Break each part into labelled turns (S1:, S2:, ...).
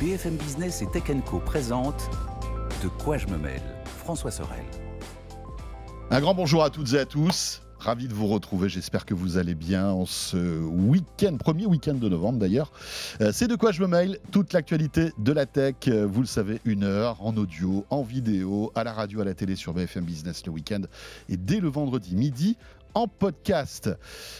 S1: BFM Business et Tech Co présente De quoi je me mêle François Sorel.
S2: Un grand bonjour à toutes et à tous. Ravi de vous retrouver, j'espère que vous allez bien en ce week-end, premier week-end de novembre d'ailleurs. Euh, C'est de quoi je me mail, toute l'actualité de la tech, euh, vous le savez, une heure en audio, en vidéo, à la radio, à la télé sur BFM Business le week-end et dès le vendredi midi en podcast.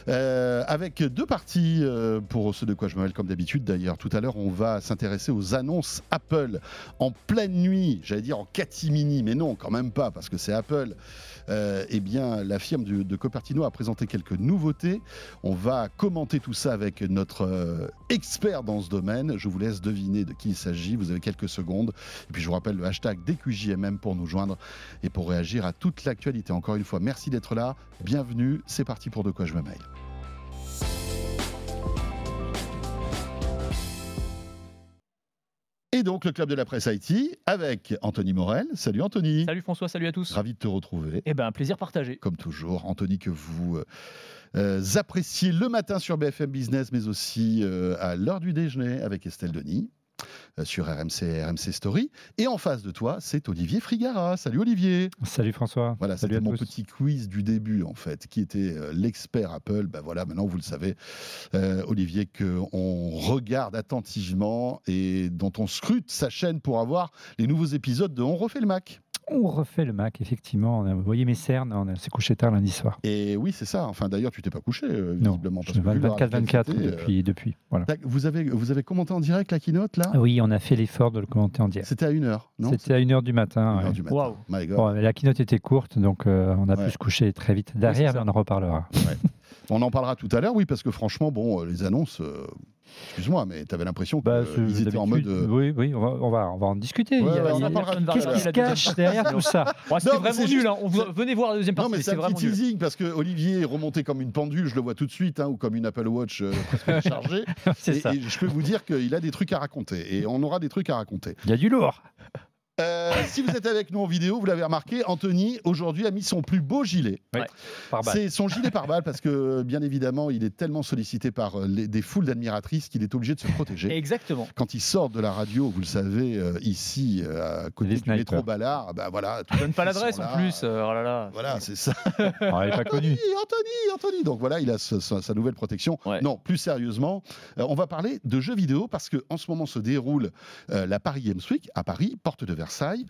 S2: Euh, avec deux parties euh, pour ce de quoi je me mêle comme d'habitude d'ailleurs. Tout à l'heure, on va s'intéresser aux annonces Apple en pleine nuit, j'allais dire en catimini, mais non, quand même pas, parce que c'est Apple. Euh, eh bien, la firme du- de Copertino a présenté quelques nouveautés. On va commenter tout ça avec notre euh, expert dans ce domaine. Je vous laisse deviner de qui il s'agit. Vous avez quelques secondes. Et puis, je vous rappelle le hashtag DQJMM pour nous joindre et pour réagir à toute l'actualité. Encore une fois, merci d'être là. Bienvenue. C'est parti pour De quoi je me mail. Et donc, le club de la presse IT avec Anthony Morel. Salut Anthony.
S3: Salut François, salut à tous.
S2: Ravi de te retrouver.
S3: Eh ben, plaisir partagé.
S2: Comme toujours, Anthony, que vous euh, euh, appréciez le matin sur BFM Business, mais aussi euh, à l'heure du déjeuner avec Estelle Denis euh, sur RMC et RMC Story. Et en face de toi, c'est Olivier Frigara. Salut Olivier.
S4: Salut François.
S2: Voilà,
S4: Salut
S2: c'était
S4: à
S2: mon
S4: tous.
S2: petit quiz du début, en fait, qui était euh, l'expert Apple. Ben voilà, maintenant vous le savez, euh, Olivier, qu'on regarde attentivement et dont on scrute sa chaîne pour avoir les nouveaux épisodes de On refait le Mac.
S4: On refait le Mac, effectivement. On a- vous voyez mes cernes, on a- s'est couché tard lundi soir.
S2: Et oui, c'est ça. Enfin, d'ailleurs, tu t'es pas couché, euh,
S4: Non,
S2: visiblement.
S4: je
S2: parce
S4: suis
S2: que vu leur
S4: 24-24
S2: activité, euh,
S4: depuis, depuis. Voilà.
S2: tac, vous, avez, vous avez commenté en direct la keynote, là
S4: Oui, on a fait l'effort de le commenter en direct.
S2: C'était à 1h, non
S4: C'était à 1h du matin.
S2: 1h
S4: ouais.
S2: du matin.
S3: Waouh.
S2: My God.
S4: Bon, mais la keynote était courte, donc euh, on a
S2: Ouais.
S4: pu se coucher très vite.
S3: c'est
S4: Derrière,
S3: ça.
S4: on en reparlera.
S2: On en parlera tout à l'heure, oui, parce que franchement, bon, euh, les annonces, euh, excuse-moi, mais tu avais l'impression
S4: Bah,
S2: qu'ils
S4: c'est-
S2: étaient en mode...
S4: d'habitude,
S2: euh,
S4: Oui, oui, on va, on va, on va en discuter.
S2: Ouais,
S4: Il y a-
S2: ouais, on
S4: il y
S2: en
S4: a-
S2: parlera tout à
S4: Qu'est-ce
S2: l'heure.
S4: qui se cache derrière tout ça
S3: Ouais, C'était
S2: Non, mais
S3: vraiment
S2: c'est
S3: nul. hein. On
S2: juste-
S3: vous- Venez voir la deuxième
S2: Non,
S3: partie.
S2: mais c'est
S3: C'était
S2: un petit
S3: vraiment nul.
S2: teasing, parce que Olivier est remonté comme une pendule, je le vois tout de suite, hein, ou comme une Apple Watch euh, presque chargée.
S4: C'est
S2: Et-
S4: ça.
S2: et je peux vous dire qu'il a des trucs à raconter, et on aura des trucs à raconter.
S4: Il y a du lourd.
S2: Euh, si vous êtes avec nous en vidéo, vous l'avez remarqué, Anthony aujourd'hui a mis son plus beau gilet.
S4: Par balle.
S2: C'est son gilet par balle parce que bien évidemment, il est tellement sollicité par euh, les- des foules d'admiratrices qu'il est obligé de se protéger.
S3: Exactement.
S2: Quand il sort de la radio, vous le savez, euh, ici, euh, à côté
S4: Les
S2: du
S4: snipers.
S2: métro Ballard, bah voilà. tous les
S3: Donne pas
S2: fils sont
S3: l'adresse en
S2: là.
S3: plus. euh, Oh là là.
S2: Voilà, c'est ça.
S4: Ah, il est pas connu.
S2: Anthony, Anthony, Anthony. Donc voilà, il a ce- sa, sa nouvelle protection.
S3: Ouais.
S2: Non, plus sérieusement, euh, on va parler de jeux vidéo parce que en ce moment se déroule euh, la Paris Games Week à Paris, porte de Versailles.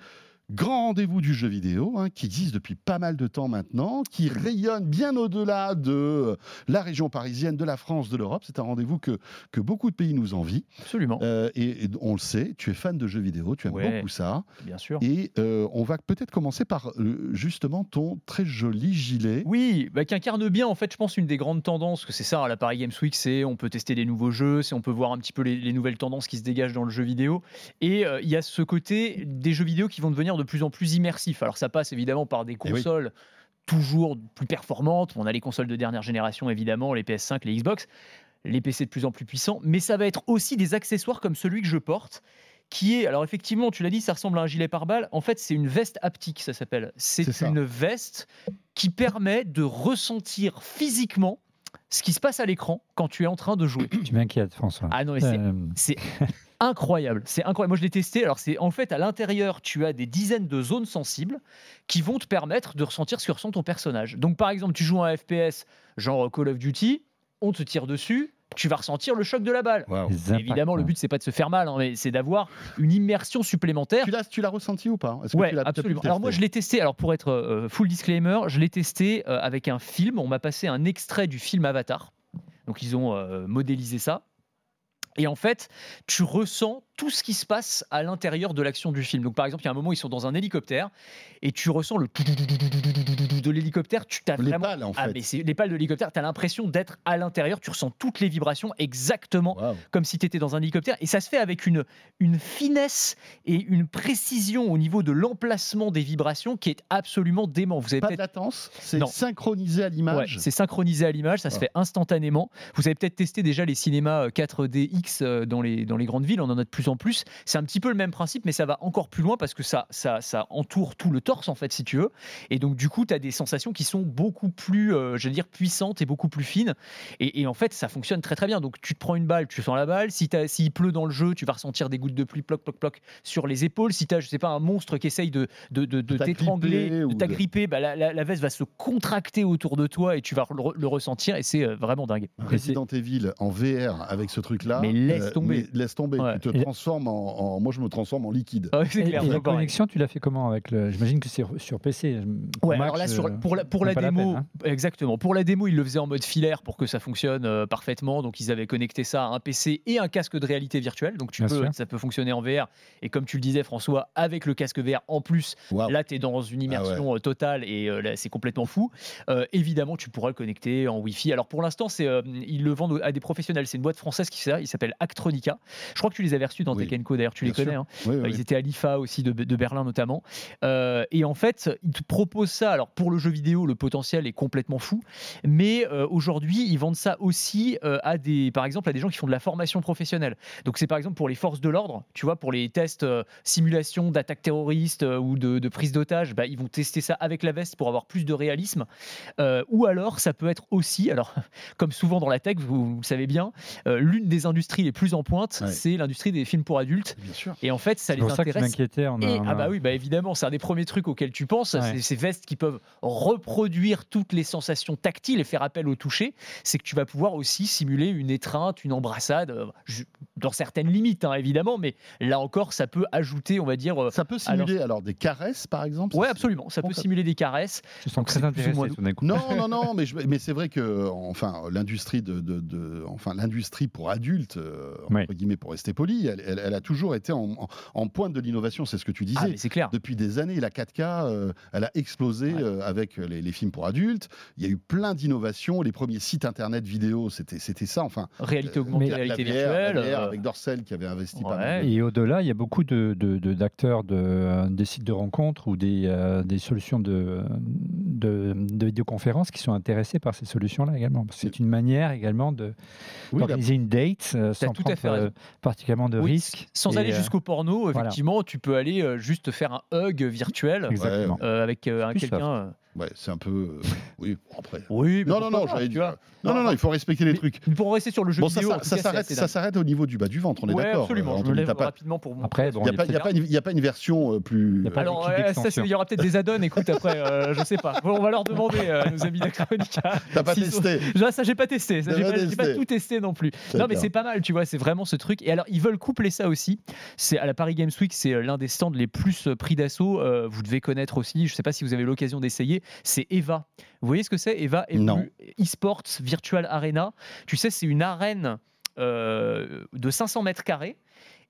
S2: Grand rendez-vous du jeu vidéo hein, qui existe depuis pas mal de temps maintenant, qui rayonne bien au-delà de euh, la région parisienne, de la France, de l'Europe. C'est un rendez-vous que, que beaucoup de pays nous envient.
S3: Absolument.
S2: Euh, et, et on le sait, tu es fan de jeux vidéo, tu aimes
S3: Ouais.
S2: beaucoup ça.
S3: Bien sûr.
S2: Et euh, on va peut-être commencer par euh, justement ton très joli gilet.
S3: Oui, bah, qui incarne bien en fait, je pense, une des grandes tendances, que c'est ça à la Paris Games Week, c'est on peut tester des nouveaux jeux, c'est on peut voir un petit peu les, les nouvelles tendances qui se dégagent dans le jeu vidéo. Et euh, il y a ce côté des jeux vidéo qui vont devenir de plus en plus immersifs. Alors ça passe évidemment par des
S2: Eh oui.
S3: consoles. Toujours plus performantes. on a les consoles de dernière génération évidemment, les PS5, les Xbox, les PC de plus en plus puissants, mais ça va être aussi des accessoires comme celui que je porte, qui est, alors effectivement, tu l'as dit, ça ressemble à un gilet pare-balles. En fait, c'est une veste haptique, ça s'appelle.
S2: C'est
S3: C'est
S2: ça.
S3: une veste qui permet de ressentir physiquement ce qui se passe à l'écran quand tu es en train de jouer.
S4: Tu m'inquiètes, François.
S3: Ah non, mais c'est
S4: Euh,
S3: c'est incroyable. C'est incroyable. Moi, je l'ai testé. Alors, c'est en fait à l'intérieur, tu as des dizaines de zones sensibles qui vont te permettre de ressentir ce que ressent ton personnage. Donc, par exemple, tu joues à un FPS genre Call of Duty, on te tire dessus, tu vas ressentir le choc de la balle.
S2: Waouh.
S4: les impacts,
S3: Évidemment, le
S4: hein.
S3: but c'est pas de se faire mal, hein, mais c'est d'avoir une immersion supplémentaire.
S2: Tu l'as, tu l'as ressenti ou pas Est-ce que
S3: Ouais,
S2: tu l'as peut-être
S3: absolument.
S2: pu
S3: Alors moi, je
S2: tester
S3: l'ai testé. Alors pour être euh, full disclaimer, je l'ai testé euh, avec un film. On m'a passé un extrait du film Avatar. Donc ils ont euh, modélisé ça. Et en fait, tu ressens tout ce qui se passe à l'intérieur de l'action du film. Donc par exemple, il y a un moment, ils sont dans un hélicoptère et tu ressens le de l'hélicoptère. Tu t'as
S2: les
S3: vraiment
S2: pales en fait.
S3: ah, mais c'est les pales de l'hélicoptère, tu as l'impression d'être à l'intérieur, tu ressens toutes les vibrations exactement
S2: Waouh.
S3: comme si tu étais dans un hélicoptère. Et ça se fait avec une, une finesse et une précision au niveau de l'emplacement des vibrations qui est absolument dément. Vous avez
S2: Pas de
S3: peut-être.
S2: latence, c'est
S3: Non.
S2: synchronisé à
S3: Ouais,
S2: l'image.
S3: c'est synchronisé à l'image, ça se
S2: Ah.
S3: fait instantanément. Vous avez peut-être testé déjà les cinémas euh, 4DX euh, dans les, dans les grandes villes, on en a de plus plus en plus. C'est un petit peu le même principe, mais ça va encore plus loin parce que ça, ça, ça entoure tout le torse, en fait, si tu veux. Et donc, du coup, tu as des sensations qui sont beaucoup plus, euh, je veux dire, puissantes et beaucoup plus fines. Et, et en fait, ça fonctionne très, très bien. Donc, tu te prends une balle, tu sens la balle. Si t'as- s'il pleut dans le jeu, tu vas ressentir des gouttes de pluie, ploc, ploc, ploc, sur les épaules. Si tu as, je sais pas, un monstre qui essaye de, de, de, de
S2: De t'agripper
S3: t'étrangler, de
S2: ou de-
S3: t'agripper, bah, la, la- la veste va se contracter autour de toi et tu vas le, le ressentir. Et c'est euh, vraiment dingue.
S2: Resident Evil en VR avec ce truc-là. euh,
S3: Mais laisse tomber.
S2: mais laisse tomber.
S3: Ouais.
S2: Tu te
S4: Et-
S2: transformes en, en- Moi, je me transforme en liquide.
S3: Ah oui, c'est
S4: Et-
S3: clair,
S4: et la
S3: d'accord avec-
S4: connexion, tu l'as fait comment avec le... J'imagine que c'est sur PC. Pour
S3: Ouais,
S4: Mac,
S3: alors là, sur,
S4: je-
S3: pour la, pour
S4: c'est
S3: la
S4: euh, pas la
S3: démo,
S4: peine, hein.
S3: exactement. Pour la démo, ils le faisaient en mode filaire pour que ça fonctionne euh, parfaitement. Donc, ils avaient connecté ça à un PC et un casque de réalité virtuelle. Donc, tu
S4: Bien
S3: peux,
S4: sûr.
S3: ça peut fonctionner en VR. Et comme tu le disais, François, avec le casque VR en plus,
S2: Waouh.
S3: là, tu es dans
S2: Ah
S3: une immersion euh, totale et euh, là, c'est complètement fou. Euh, évidemment, tu pourras le connecter en Wi-Fi. Alors, pour l'instant, c'est euh, ils le vendent à des professionnels. C'est une boîte française qui fait ça. Il s'appelle Actronica. Je crois que tu les avais reçus dans
S2: Oui.
S3: Tekken Co. D'ailleurs, tu
S2: Bien
S3: les connais.
S2: sûr.
S3: hein.
S2: Oui, oui,
S3: Euh,
S2: oui.
S3: Ils étaient à l'IFA aussi de, de Berlin notamment. Euh, et en fait, ils te proposent ça. Alors pour le jeu vidéo, le potentiel est complètement fou. Mais euh, aujourd'hui, ils vendent ça aussi euh, à des, par exemple, à des gens qui font de la formation professionnelle. Donc c'est par exemple pour les forces de l'ordre, tu vois, pour les tests euh, simulation d'attaques terroristes euh, ou de, de prise d'otages, bah, ils vont tester ça avec la veste pour avoir plus de réalisme. Euh, ou alors, ça peut être aussi, alors comme souvent dans la tech, vous, vous le savez bien, euh, l'une des industries les plus en pointe,
S2: Ouais.
S3: c'est l'industrie des films pour adultes.
S2: Bien sûr.
S3: Et en fait, ça
S4: C'est
S3: les
S4: pour ça que je
S3: intéresse
S4: m'inquiétais. on a-
S3: et,
S4: on a-
S3: ah bah oui, bah évidemment, c'est un des premiers trucs auxquels tu penses,
S4: Ouais.
S3: c'est ces vestes qui peuvent reproduire toutes les sensations tactiles et faire appel au toucher, c'est que tu vas pouvoir aussi simuler une étreinte, une embrassade, euh, ju- dans certaines limites hein, évidemment, mais là encore, ça peut ajouter, on va dire... euh,
S2: Ça peut simuler alors, des caresses, par exemple
S3: Ouais,
S2: ça, c'est-
S3: absolument. Ça peut
S2: D'accord.
S3: simuler des caresses.
S4: Je sens
S3: donc
S4: très
S3: c'est plus ou moins
S4: intéressé tout d'un coup.
S2: Non, non, non, mais, je- mais c'est vrai que, enfin, l'industrie de, de- de- enfin, l'industrie pour adultes, euh, entre
S4: Ouais.
S2: guillemets, pour rester poli, elle, elle- elle a toujours été en, en- en pointe de l'innovation. C'est ce que tu disais.
S3: Ah, mais c'est clair.
S2: Depuis des années, la 4K, euh, elle a explosé
S3: Ouais.
S2: euh, avec les, les films pour adultes. Il y a eu plein d'innovations. Les premiers sites internet vidéo, c'était, c'était ça. Enfin,
S3: Réalité
S2: euh,
S3: augmentée,
S2: la- la
S3: réalité
S2: VR, la
S3: virtuelle.
S2: VR
S3: euh,
S2: avec Dorcel qui avait investi pas
S3: ouais.
S2: mal.
S4: Et au-delà, il y a beaucoup de, de- de- d'acteurs de, euh, des sites de rencontres ou des, euh, des solutions de, de, de vidéoconférences qui sont intéressés par ces solutions-là également. Parce que c'est une manière également de,
S2: Oui, bah, la-
S4: d'organiser une date euh, sans
S3: tout à
S4: prendre
S3: fait raison.
S4: euh, particulièrement de
S3: Oui,
S4: risques.
S3: Sans
S4: Et,
S3: aller
S4: euh,
S3: jusqu'au porno,
S4: voilà.
S3: effectivement, tu peux aller euh, juste faire un hug virtuel
S4: Exactement.
S3: euh, avec euh, un
S4: plus soft.
S3: quelqu'un. euh,
S2: ouais, c'est un peu. euh, oui, bon, après.
S3: Oui, mais
S2: Non, non,
S3: pourquoi
S2: non,
S3: pas,
S2: j'avais
S3: tu
S2: dit-
S3: vois.
S2: Non, non, non, il faut respecter les
S3: Mais-
S2: trucs.
S3: Pour rester sur le jeu
S2: Bon, ça,
S3: vidéo,
S2: ça,
S3: en tout
S2: ça
S3: cas,
S2: s'arrête,
S3: c'est assez
S2: ça
S3: dingue.
S2: s'arrête au niveau du bas du ventre, on est
S3: Ouais,
S2: d'accord.
S3: absolument.
S2: euh,
S3: je me
S2: Anthony,
S3: lève
S2: t'as pas-
S3: rapidement pour vous
S4: Après,
S2: Il
S4: bon,
S2: n'y a,
S4: on
S2: pas-
S4: est
S2: il y a
S4: peut-être-
S2: pas une- il y a pas une version euh, plus.
S4: Il y a pas-
S3: Alors, ouais,
S4: l'équipe
S3: ça, c'est-
S4: d'extension.
S3: il y aura peut-être des add-ons, écoute, après, euh, je sais pas. Bon, on va leur demander, euh, nos amis d'Acronica.
S2: T'as pas
S3: s'ils
S2: testé.
S3: Là, ça, j'ai pas testé. ça,
S2: T'as
S3: J'ai
S2: pas
S3: pas, j'ai pas
S2: testé.
S3: tout testé non plus. Non, mais c'est pas mal, tu vois, c'est vraiment ce truc. Et alors, ils veulent coupler ça aussi. C'est à la Paris Games Week, c'est euh, l'un des stands les plus euh, pris d'assaut. Euh, vous devez connaître aussi, je sais pas si vous avez l'occasion d'essayer, c'est Eva. Vous voyez ce que c'est Eva Evolue
S2: Non.
S3: eSports Virtual Arena. Tu sais, c'est une arène euh, de 500 mètres carrés.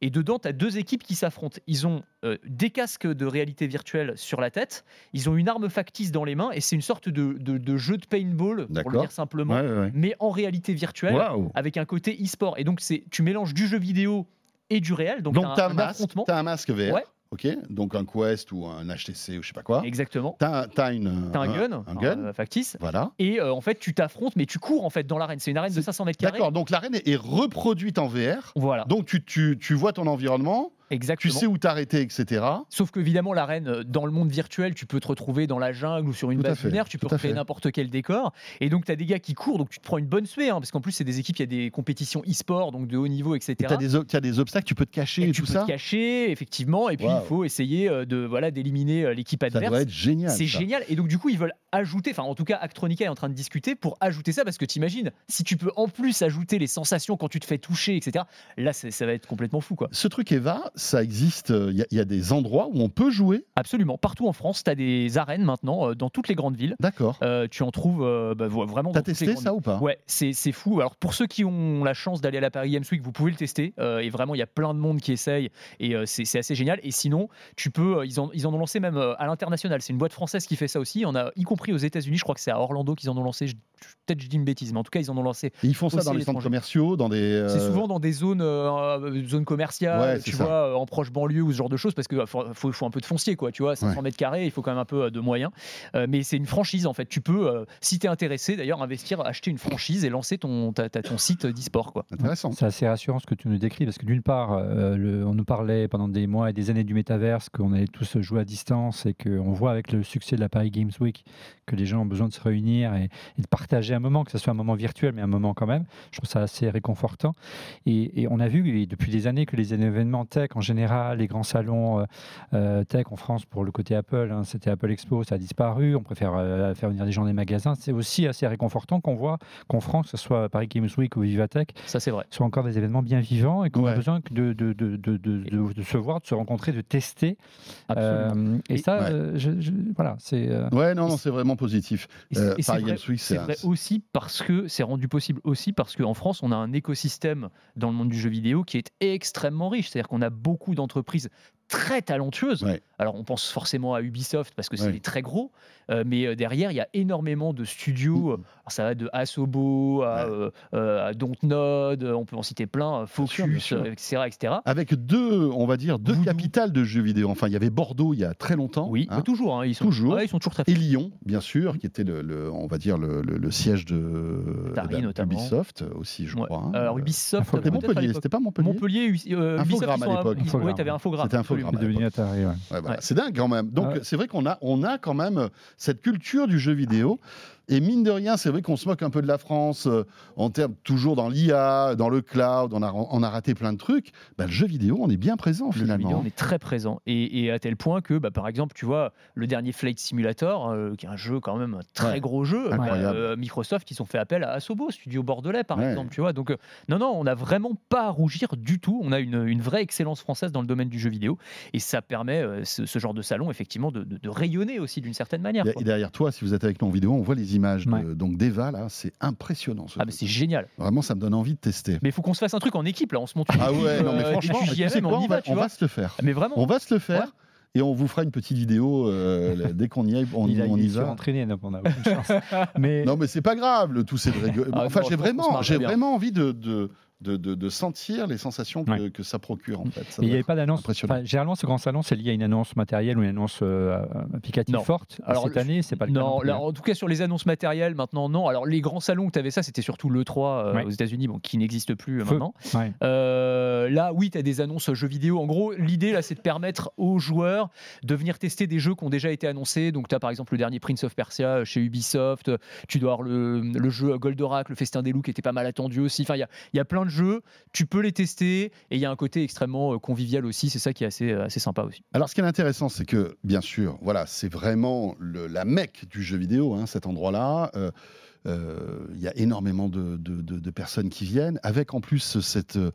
S3: Et dedans, tu as deux équipes qui s'affrontent. Ils ont euh, des casques de réalité virtuelle sur la tête, ils ont une arme factice dans les mains, et c'est une sorte de, de- de jeu de paintball, pour le
S2: D'accord.
S3: dire simplement, mais en réalité virtuelle
S2: Waouh.
S3: avec un côté e-sport. Et donc, c'est tu mélanges du jeu vidéo et du réel. Donc,
S2: Donc
S3: t'as
S2: t'as
S3: un,
S2: un,
S3: un
S2: masque,
S3: affrontement.
S2: t'as un masque VR,
S3: Ouais.
S2: ok. Donc un Quest ou un HTC ou je sais pas quoi.
S3: Exactement.
S2: T'as un- t'as une.
S3: T'as un gun,
S2: Ah, Un gun.
S3: euh, factice.
S2: Voilà.
S3: Et euh, en fait, tu t'affrontes, mais tu cours en fait dans l'arène. C'est une arène de
S2: C'est-
S3: 500 mètres carrés.
S2: D'accord. Donc l'arène est est reproduite en VR.
S3: Voilà,
S2: Donc tu, tu, tu vois ton environnement, tu
S3: exactement.
S2: sais où t'arrêter, etc.
S3: Sauf qu'évidemment, l'arène, euh, dans le monde virtuel, tu peux te retrouver dans la jungle ou sur une
S2: Tout à
S3: base
S2: fait,
S3: lunaire, tu peux
S2: tout à
S3: recréer
S2: fait.
S3: n'importe quel décor. Et donc, tu as des gars qui courent, donc tu te prends une bonne suée, hein, parce qu'en plus, c'est des équipes, il y a des compétitions e-sport, donc de haut niveau, etc.
S2: T'as des, o- t'as des obstacles, tu peux te cacher et,
S3: tu
S2: tout
S3: peux
S2: ça.
S3: te cacher, effectivement, et puis
S2: Waouh.
S3: il faut essayer euh, de voilà d'éliminer euh, l'équipe
S2: ça
S3: adverse.
S2: doit être génial.
S3: C'est
S2: ça.
S3: génial. Et donc, du coup, ils veulent ajouter, enfin, en tout cas, Actronica est en train de discuter pour ajouter ça parce que t'imagines, si tu peux en plus ajouter les sensations quand tu te fais toucher, etc., là, c'est- ça va être complètement fou, quoi.
S2: Ce truc Eva, ça existe. Il y, a- y a des endroits où on peut jouer.
S3: Absolument. Partout en France, t'as des arènes maintenant, euh, dans toutes les grandes villes.
S2: D'accord.
S3: Euh, tu en trouves euh, bah, vo- vraiment.
S2: T'as
S3: dans toutes les
S2: testé
S3: grandes
S2: ça ou pas
S3: Ouais, c'est c'est fou. Alors pour ceux qui ont la chance d'aller à la Paris Games Week, vous pouvez le tester. Euh, et vraiment, il y a plein de monde qui essaye et euh, c'est c'est assez génial. Et sinon, tu peux, euh, ils, en, ils en ont lancé même euh, à l'international. C'est une boîte française qui fait ça aussi. On a, y compris aux États-Unis, je crois que c'est à Orlando qu'ils en ont lancé. Je Peut-être je dis une bêtise, mais en tout cas, ils en ont lancé.
S2: Et ils font ça
S3: Aussi
S2: dans
S3: à
S2: les centres
S3: l'étranger.
S2: commerciaux, dans des.
S3: C'est
S2: euh,
S3: souvent dans des zones, euh, zones commerciales,
S2: Ouais,
S3: tu
S2: c'est ça.
S3: vois, euh, en proche banlieue ou ce genre de choses, parce qu'il faut, faut- faut un peu de foncier, quoi, tu vois, 500 mètres carrés, il faut quand même un peu euh, de moyens. Euh, mais c'est une franchise, en fait. Tu peux, euh, si tu es intéressé, d'ailleurs, investir, acheter une franchise et lancer ton, ta- ta- ton site d'e-sport, quoi.
S2: Intéressant.
S4: C'est assez rassurant ce que tu nous décris, parce que d'une part, euh, le- on nous parlait pendant des mois et des années du métaverse, qu'on allait tous jouer à distance et qu'on voit avec le succès de la Paris Games Week que les gens ont besoin de se réunir et, et de partager un moment, que ce soit un moment virtuel, mais un moment quand même. Je trouve ça assez réconfortant. Et, et on a vu et depuis des années que les événements tech en général, les grands salons euh, euh, tech en France pour le côté Apple, hein, c'était Apple Expo, ça a disparu. On préfère euh, faire venir des gens des magasins. C'est aussi assez réconfortant qu'on voit qu'en France, que ce soit Paris Games Week ou Vivatech,
S3: Ça, c'est vrai.
S4: sont encore des événements bien vivants et qu'on
S2: Ouais.
S4: a besoin que de, de, de, de, de- de- de se voir, de se rencontrer, de tester.
S3: Absolument.
S4: Euh, et ça,
S2: Ouais.
S4: euh, je- je- voilà, c'est. euh,
S2: Ouais, non, non, c'est vraiment positif.
S3: Et c'est-
S2: Euh,
S3: et c'est
S2: Paris
S3: vrai-
S2: Games Week,
S3: C'est
S2: un-
S3: vrai aussi parce que c'est rendu possible aussi parce qu'en France, on a un écosystème dans le monde du jeu vidéo qui est extrêmement riche. C'est-à-dire qu'on a beaucoup d'entreprises très talentueuses.
S2: Ouais.
S3: Alors, on pense forcément à Ubisoft parce que c'est
S2: Ouais.
S3: les très gros, euh, mais euh, derrière, il y a énormément de studios. euh, alors ça va de Asobo à,
S2: Ouais.
S3: euh, euh, à Dontnod, euh, on peut en citer plein, euh, Focus,
S2: sûr, bien sûr.
S3: euh, etc., etc.
S2: Avec deux, on va dire, deux
S3: Voodoo.
S2: capitales de jeux vidéo. Enfin, il y avait Bordeaux il y a très longtemps.
S3: Oui,
S2: hein,
S3: mais toujours, hein, ils sont
S2: Toujours.
S3: ouais, ils sont toujours très
S2: et Lyon, bien sûr, qui était, le, le- on va dire, le, le- le siège de
S3: Atari,
S2: bah,
S3: notamment.
S2: d'Ubisoft aussi, je
S3: Ouais.
S2: crois. hein.
S3: Alors Ubisoft,
S2: C'était
S4: Infogrames.
S3: peut-être à
S2: Montpellier,
S3: l'époque.
S2: c'était pas Montpellier.
S3: Montpellier, euh, Ubisoft,
S2: Infogrames
S3: ils
S2: à
S3: sont
S2: l'époque.
S3: ils- Ouais,
S4: Infogrames.
S3: t'avais Infogrames.
S2: C'était Infogrames.
S3: absolument.
S4: est devenu Atari, ouais.
S2: Ouais, voilà.
S3: Ouais.
S2: C'est dingue quand même. Donc
S4: Ouais.
S2: c'est vrai qu'on a, on a quand même euh, cette culture du jeu vidéo. Et mine de rien, c'est vrai qu'on se moque un peu de la France euh, en termes toujours dans l'IA, dans le cloud, on a, on a raté plein de trucs. Bah, le jeu vidéo, on est bien présent
S3: Le jeu vidéo,
S2: finalement.
S3: on est très présent. Et, et à tel point que, bah, par exemple, tu vois, le dernier Flight Simulator, euh, qui est un jeu quand même, un très
S2: Ouais.
S3: gros jeu, bah,
S2: Incroyable.
S3: euh, Microsoft, ils ont fait appel à Asobo, studio bordelais, par
S2: Ouais.
S3: exemple, tu vois. Donc, euh, non, non, on n'a vraiment pas à rougir du tout. On a une, une vraie excellence française dans le domaine du jeu vidéo. Et ça permet, euh, ce, ce genre de salon, effectivement, de, de- de rayonner aussi d'une certaine manière.
S2: Et
S3: quoi.
S2: et derrière toi, si vous êtes avec nous en vidéo, on voit les images de-
S4: Ouais.
S2: donc d'Eva là, c'est impressionnant. ce
S3: Ah, mais
S2: truc.
S3: c'est génial.
S2: Vraiment, ça me donne envie de tester.
S3: Mais il faut qu'on se fasse un truc en équipe, là. On se monte une
S2: Ah
S3: équipe,
S2: ouais, non mais
S3: euh,
S2: franchement,
S3: des
S2: tu sais
S3: JVM,
S2: quoi,
S3: on y
S2: on va,
S3: va, tu
S2: on
S3: vois. Ah,
S2: va se le faire.
S3: Mais vraiment.
S2: On va se le faire et on vous fera une petite vidéo euh, là, dès qu'on y aille, on,
S4: il a
S2: on
S4: il
S2: y
S4: est
S2: va.
S4: surentraîné, donc on a aucune chance. Mais
S2: Non, mais c'est pas grave, le tout c'est de rigoler.
S3: Ah,
S2: enfin,
S3: bon,
S2: j'ai
S3: je pense qu'on se
S2: vraiment,
S3: marre
S2: j'ai
S3: bien.
S2: vraiment envie de, de, de, de- de sentir les sensations que, que ça procure en fait. Ça
S4: mais il n'y
S2: doit
S4: avait
S2: être
S4: pas d'annonce.
S2: impressionnant.
S4: Enfin, généralement, ce grand salon, c'est lié à une annonce matérielle ou une annonce euh, applicative
S3: Non.
S4: forte.
S3: Alors,
S4: Alors, Cette
S3: le-
S4: année, c'est pas le cas.
S3: Non,
S4: plus,
S3: là,
S4: hein.
S3: en tout cas sur les annonces matérielles, maintenant non. Alors les grands salons que tu avais ça, c'était surtout l'E3 euh,
S4: Ouais.
S3: aux États-Unis, bon, qui n'existe plus euh,
S4: Feu.
S3: maintenant.
S4: hein. Ouais.
S3: Euh, là, oui, tu as des annonces jeux vidéo. En gros, l'idée là, c'est de permettre aux joueurs de venir tester des jeux qui ont déjà été annoncés. Donc, tu as par exemple le dernier Prince of Persia euh, chez Ubisoft. Tu dois avoir le, le jeu Goldorak, le Festin des Loups, qui était pas mal attendu aussi. Enfin, il y a, il y a plein de jeux. Tu peux les tester et il y a un côté extrêmement euh, convivial aussi. C'est ça qui est assez, euh, assez sympa aussi.
S2: Alors, ce qui est intéressant, c'est que, bien sûr, voilà, c'est vraiment le- la mecque du jeu vidéo, hein, cet endroit-là. Euh, euh, Il y a énormément de, de- de- de personnes qui viennent, avec en plus cette. euh,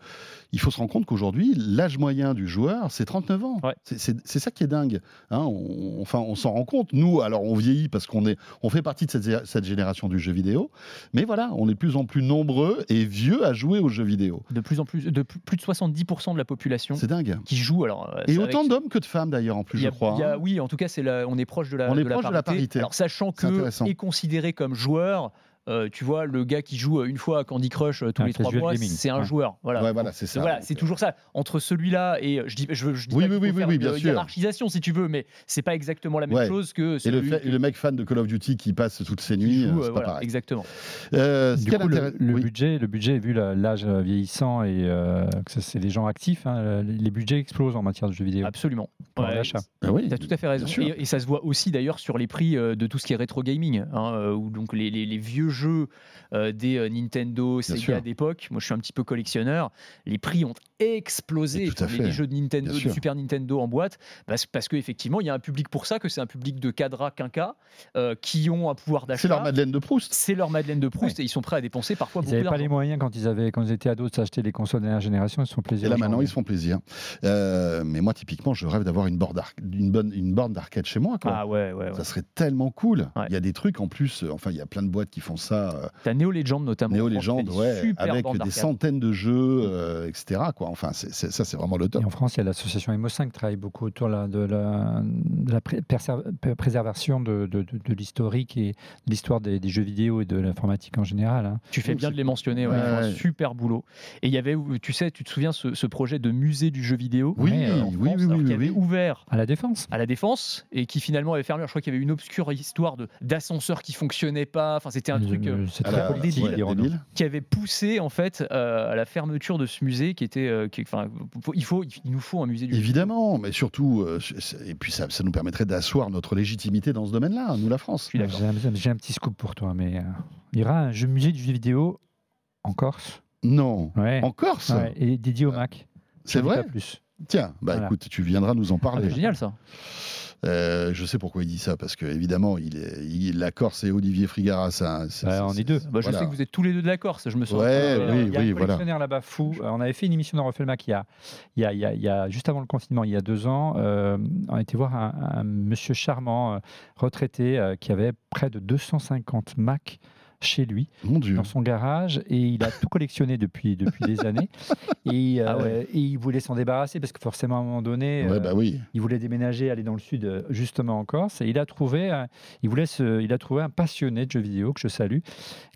S2: il faut se rendre compte qu'aujourd'hui, l'âge moyen du joueur, c'est 39 ans.
S3: Ouais.
S2: C'est- C'est c'est ça qui est dingue. hein, on, on- enfin, on s'en rend compte. Nous, alors, on vieillit parce qu'on est, on fait partie de cette, zé- cette génération du jeu vidéo. Mais voilà, on est de plus en plus nombreux et vieux à jouer aux jeux vidéo.
S3: De plus en plus, de plus plus de 70% de la population
S2: C'est dingue.
S3: qui joue. Alors, euh,
S2: Et
S3: Hum. c'est
S2: autant
S3: avec-
S2: d'hommes que de femmes, d'ailleurs, en plus,
S3: Il y a-
S2: je crois.
S3: il y a-
S2: hein.
S3: oui, en tout cas, c'est la- on est proche de la,
S2: On est proche de la parité.
S3: Alors, sachant
S2: C'est intéressant.
S3: que est considéré comme joueur, euh, tu vois, le gars qui joue euh, une fois à Candy Crush euh, tous
S4: Un
S3: les trois
S4: casual
S3: mois,
S4: gaming.
S3: c'est un
S4: Ouais.
S3: joueur. Voilà.
S2: Ouais, voilà, c'est
S3: Donc,
S2: ça.
S3: voilà,
S2: Donc,
S3: c'est toujours ça. Entre celui-là et euh, je dis, je, je dis
S2: Oui,
S3: pas
S2: oui,
S3: qu'il
S2: oui,
S3: faut
S2: oui,
S3: faire
S2: oui,
S3: une
S2: bien sûr.
S3: hiérarchisation si tu veux, mais c'est pas exactement la même
S2: Ouais.
S3: chose que
S2: Et le,
S3: celui
S2: fait- le mec fan de Call of Duty qui passe toutes ses nuits,
S3: qui
S2: euh,
S3: joue, euh,
S2: c'est pas
S3: voilà,
S2: pareil.
S3: exactement.
S2: Euh, ce
S4: Du
S2: qui a
S4: coup, le,
S2: l'intérêt-
S4: le
S2: oui.
S4: budget, le budget, vu la- l'âge vieillissant et euh, que c'est- c'est les gens actifs, hein, les les budgets explosent en matière de jeux vidéo.
S3: Absolument.
S4: Pour
S3: Ouais,
S4: l'achat.
S2: Ah oui.
S3: T'as tout à fait raison.
S2: Bien sûr.
S3: Et, euh, et ça se voit aussi d'ailleurs sur les prix euh, de tout ce qui est rétro gaming, hein, euh, où donc les, les- les vieux jeux euh, des euh, Nintendo, Sega
S2: sûr.
S3: d'époque. Moi, je suis un petit peu collectionneur. Les prix ont explosé.
S2: Et tout à
S3: les,
S2: fait.
S3: les jeux de Nintendo,
S2: Bien
S3: de
S2: sûr.
S3: Super Nintendo en boîte, parce, parce que effectivement, il y a un public pour ça, que c'est un public de cadra, quinca, euh, qui ont un pouvoir d'achat.
S2: C'est leur Madeleine de Proust.
S3: C'est leur Madeleine de Proust et ils sont prêts à dépenser parfois
S4: Ils
S3: beaucoup
S4: n'avaient pas
S3: d'argent.
S4: les moyens quand ils, avaient, quand ils étaient ados de s'acheter les consoles de dernière génération, ils se font plaisir.
S2: Et là maintenant,
S4: aujourd'hui.
S2: ils se font plaisir. Euh, mais moi, typiquement, je rêve d'avoir une, borne d'arc- une, bonne- une borne d'arcade chez moi. Quoi.
S3: Ah ouais, ouais. ouais.
S2: Ça serait tellement cool.
S3: Ouais. Ah,
S2: Il y a des trucs en plus. euh, enfin, il y a plein de boîtes qui font ça. euh,
S3: T'as Neo Legend notamment.
S2: Néo
S3: je pense que
S2: Légende,
S3: t'as des
S2: ouais,
S3: super
S2: avec
S3: bandes
S2: des
S3: d'arcade. Mm.
S2: centaines de jeux, euh, etc. Quoi. Enfin, c'est- c'est- ça, c'est vraiment le top.
S4: Et en France, il y a l'association MO5 qui travaille beaucoup autour de la, de la- de la pré- perser- pré- préservation de, de- de- de l'historique et de l'histoire des, des jeux vidéo et de l'informatique en général. hein.
S3: Tu fais
S2: Ouh,
S3: bien
S2: c'est
S3: de les mentionner, ouais,
S2: Ouais,
S3: ils font un
S2: ouais.
S3: super boulot. Et il y avait, tu sais, tu te souviens ce, ce projet de musée du jeu vidéo
S2: Oui,
S3: euh, en
S2: oui,
S3: France,
S2: oui,
S3: alors
S2: oui,
S3: qui avait
S2: oui.
S3: ouvert
S4: À la défense.
S3: à la défense et qui finalement avait fermé. Je crois qu'il y avait une obscure histoire de d'ascenseur qui fonctionnait pas. Enfin, c'était un
S4: Le-
S3: truc euh,
S4: le- C'est
S2: À
S4: très
S2: la-
S4: politique,
S2: ouais,
S4: dirons-nous.
S2: débile.
S3: qui avait poussé en fait euh, à la fermeture de ce musée qui était. euh, qui- enfin, faut- il faut, il nous faut un musée du. jeu vidéo.
S2: Évidemment, mais surtout, euh, c'est- c'est- et puis ça, ça nous permettrait d'asseoir notre légitimité dans ce domaine-là, nous la France.
S3: Je suis d'accord.
S4: J'ai un- J'ai un petit scoop pour toi, mais euh, il y aura un jeu musée du jeu vidéo en Corse.
S2: Non.
S4: Ouais.
S2: En Corse
S4: Ouais, et dédié au Mac. Je
S2: C'est
S4: dis
S2: vrai
S4: pas plus.
S2: Tiens, bah
S4: Voilà.
S2: écoute, tu viendras nous en
S3: Ah,
S2: parler.
S3: c'est génial ça.
S2: Euh, je sais pourquoi il dit ça, parce que évidemment, il est, il- la Corse et Olivier Frigara, ça. c'est-
S4: Ouais,
S2: c'est-
S4: on est
S2: c'est-
S4: deux.
S3: Bah, je
S2: voilà.
S3: sais que vous êtes tous les deux de la Corse. Je me sens.
S2: Ouais,
S3: euh,
S2: oui,
S4: il y a
S2: oui,
S4: un
S2: voilà.
S4: collectionneur là-bas fou. Euh, On avait fait une émission dans Refait le Mac il y a, il y a- il y a- il y a- juste avant le confinement, il y a deux ans. euh, on était voir un, un monsieur charmant, euh, retraité, euh, qui avait près de 250 Mac chez lui,
S2: Mon Dieu.
S4: dans son garage, et il a tout collectionné depuis, depuis des années. Et, euh,
S3: Ah ouais.
S4: et il voulait s'en débarrasser parce que forcément, à un moment donné, euh,
S2: Ouais, bah oui.
S4: il voulait déménager, aller dans le sud, euh, justement en Corse. Et il a trouvé, un- il voulait se- il a trouvé un passionné de jeux vidéo que je salue,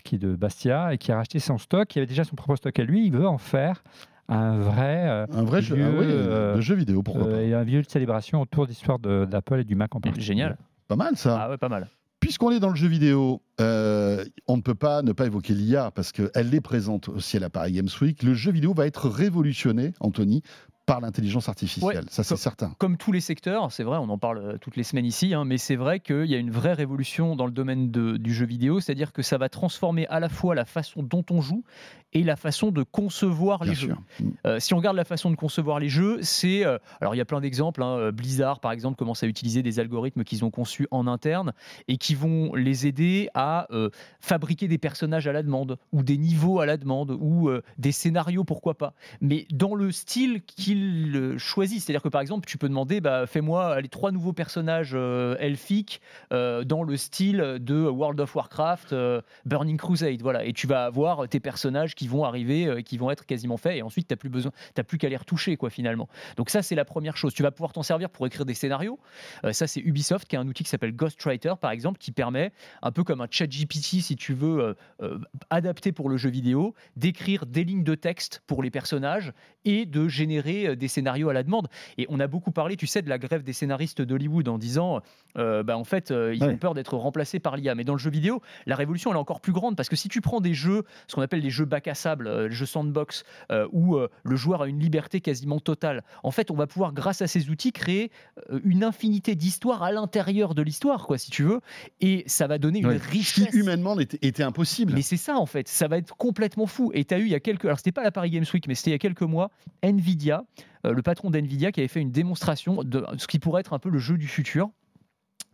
S4: qui est de Bastia et qui a racheté son stock. Il avait déjà son propre stock à lui. Il veut en faire un vrai, euh,
S2: Un vrai jeu,
S4: Vieux,
S2: ah oui,
S4: euh,
S2: de jeu vidéo, pourquoi
S4: euh, et un vieux de célébration autour d'histoire de- d'Apple et du Mac en particulier.
S3: Génial.
S2: pas. Pas mal ça.
S3: Ah ouais, pas mal.
S2: Puisqu'on est dans le jeu vidéo, euh, on ne peut pas ne pas évoquer l'IA parce qu'elle est présente aussi à la Paris Games Week. Le jeu vidéo va être révolutionné, Anthony, par l'intelligence artificielle.
S3: Ouais.
S2: ça, c'est
S3: Co-
S2: certain.
S3: Comme tous les secteurs, c'est vrai, on en parle euh, toutes les semaines ici, hein, mais c'est vrai qu'il y a une vraie révolution dans le domaine de- du jeu vidéo, c'est-à-dire que ça va transformer à la fois la façon dont on joue et la façon de concevoir
S2: Bien
S3: les jeux.
S2: sûr. Mm.
S3: Euh, si on regarde la façon de concevoir les jeux, c'est. euh, alors, il y a plein d'exemples. hein, euh, Blizzard, par exemple, commence à utiliser des algorithmes qu'ils ont conçus en interne et qui vont les aider à euh, fabriquer des personnages à la demande, ou des niveaux à la demande, ou euh, des scénarios, pourquoi pas. Mais dans le style qu'ils euh, choisissent. C'est-à-dire que, par exemple, tu peux demander bah, fais-moi les trois nouveaux personnages euh, elfiques euh, dans le style de World of Warcraft, euh, Burning Crusade. Voilà. Et tu vas avoir tes personnages qui vont arriver, euh, qui vont être quasiment faits, et ensuite, tu n'as plus besoin t'as plus qu'à les retoucher quoi finalement. Donc ça c'est la première chose. Tu vas pouvoir t'en servir pour écrire des scénarios. Euh, ça c'est Ubisoft qui a un outil qui s'appelle Ghostwriter par exemple qui permet un peu comme un chat GPT si tu veux euh, euh, adapté pour le jeu vidéo d'écrire des lignes de texte pour les personnages et de générer euh, des scénarios à la demande. Et on a beaucoup parlé tu sais de la grève des scénaristes d'Hollywood en disant euh, bah en fait euh, ils
S2: Ouais.
S3: ont peur d'être remplacés par l'IA. Mais dans le jeu vidéo la révolution elle est encore plus grande parce que si tu prends des jeux ce qu'on appelle les jeux bac à sable, euh, les jeux sandbox euh, où euh, le joueur a une liberté quasiment totale. En fait, on va pouvoir, grâce à ces outils, créer euh, une infinité d'histoires à l'intérieur de l'histoire, quoi, si tu veux, et ça va donner une
S2: Ouais.
S3: richesse.
S2: Qui humainement était, était impossible.
S3: Mais c'est ça en fait, ça va être complètement fou. Et tu as eu il y a quelques, alors c'était pas la Paris Games Week, mais c'était il y a quelques mois, Nvidia, euh, le patron d'Nvidia qui avait fait une démonstration de ce qui pourrait être un peu le jeu du futur.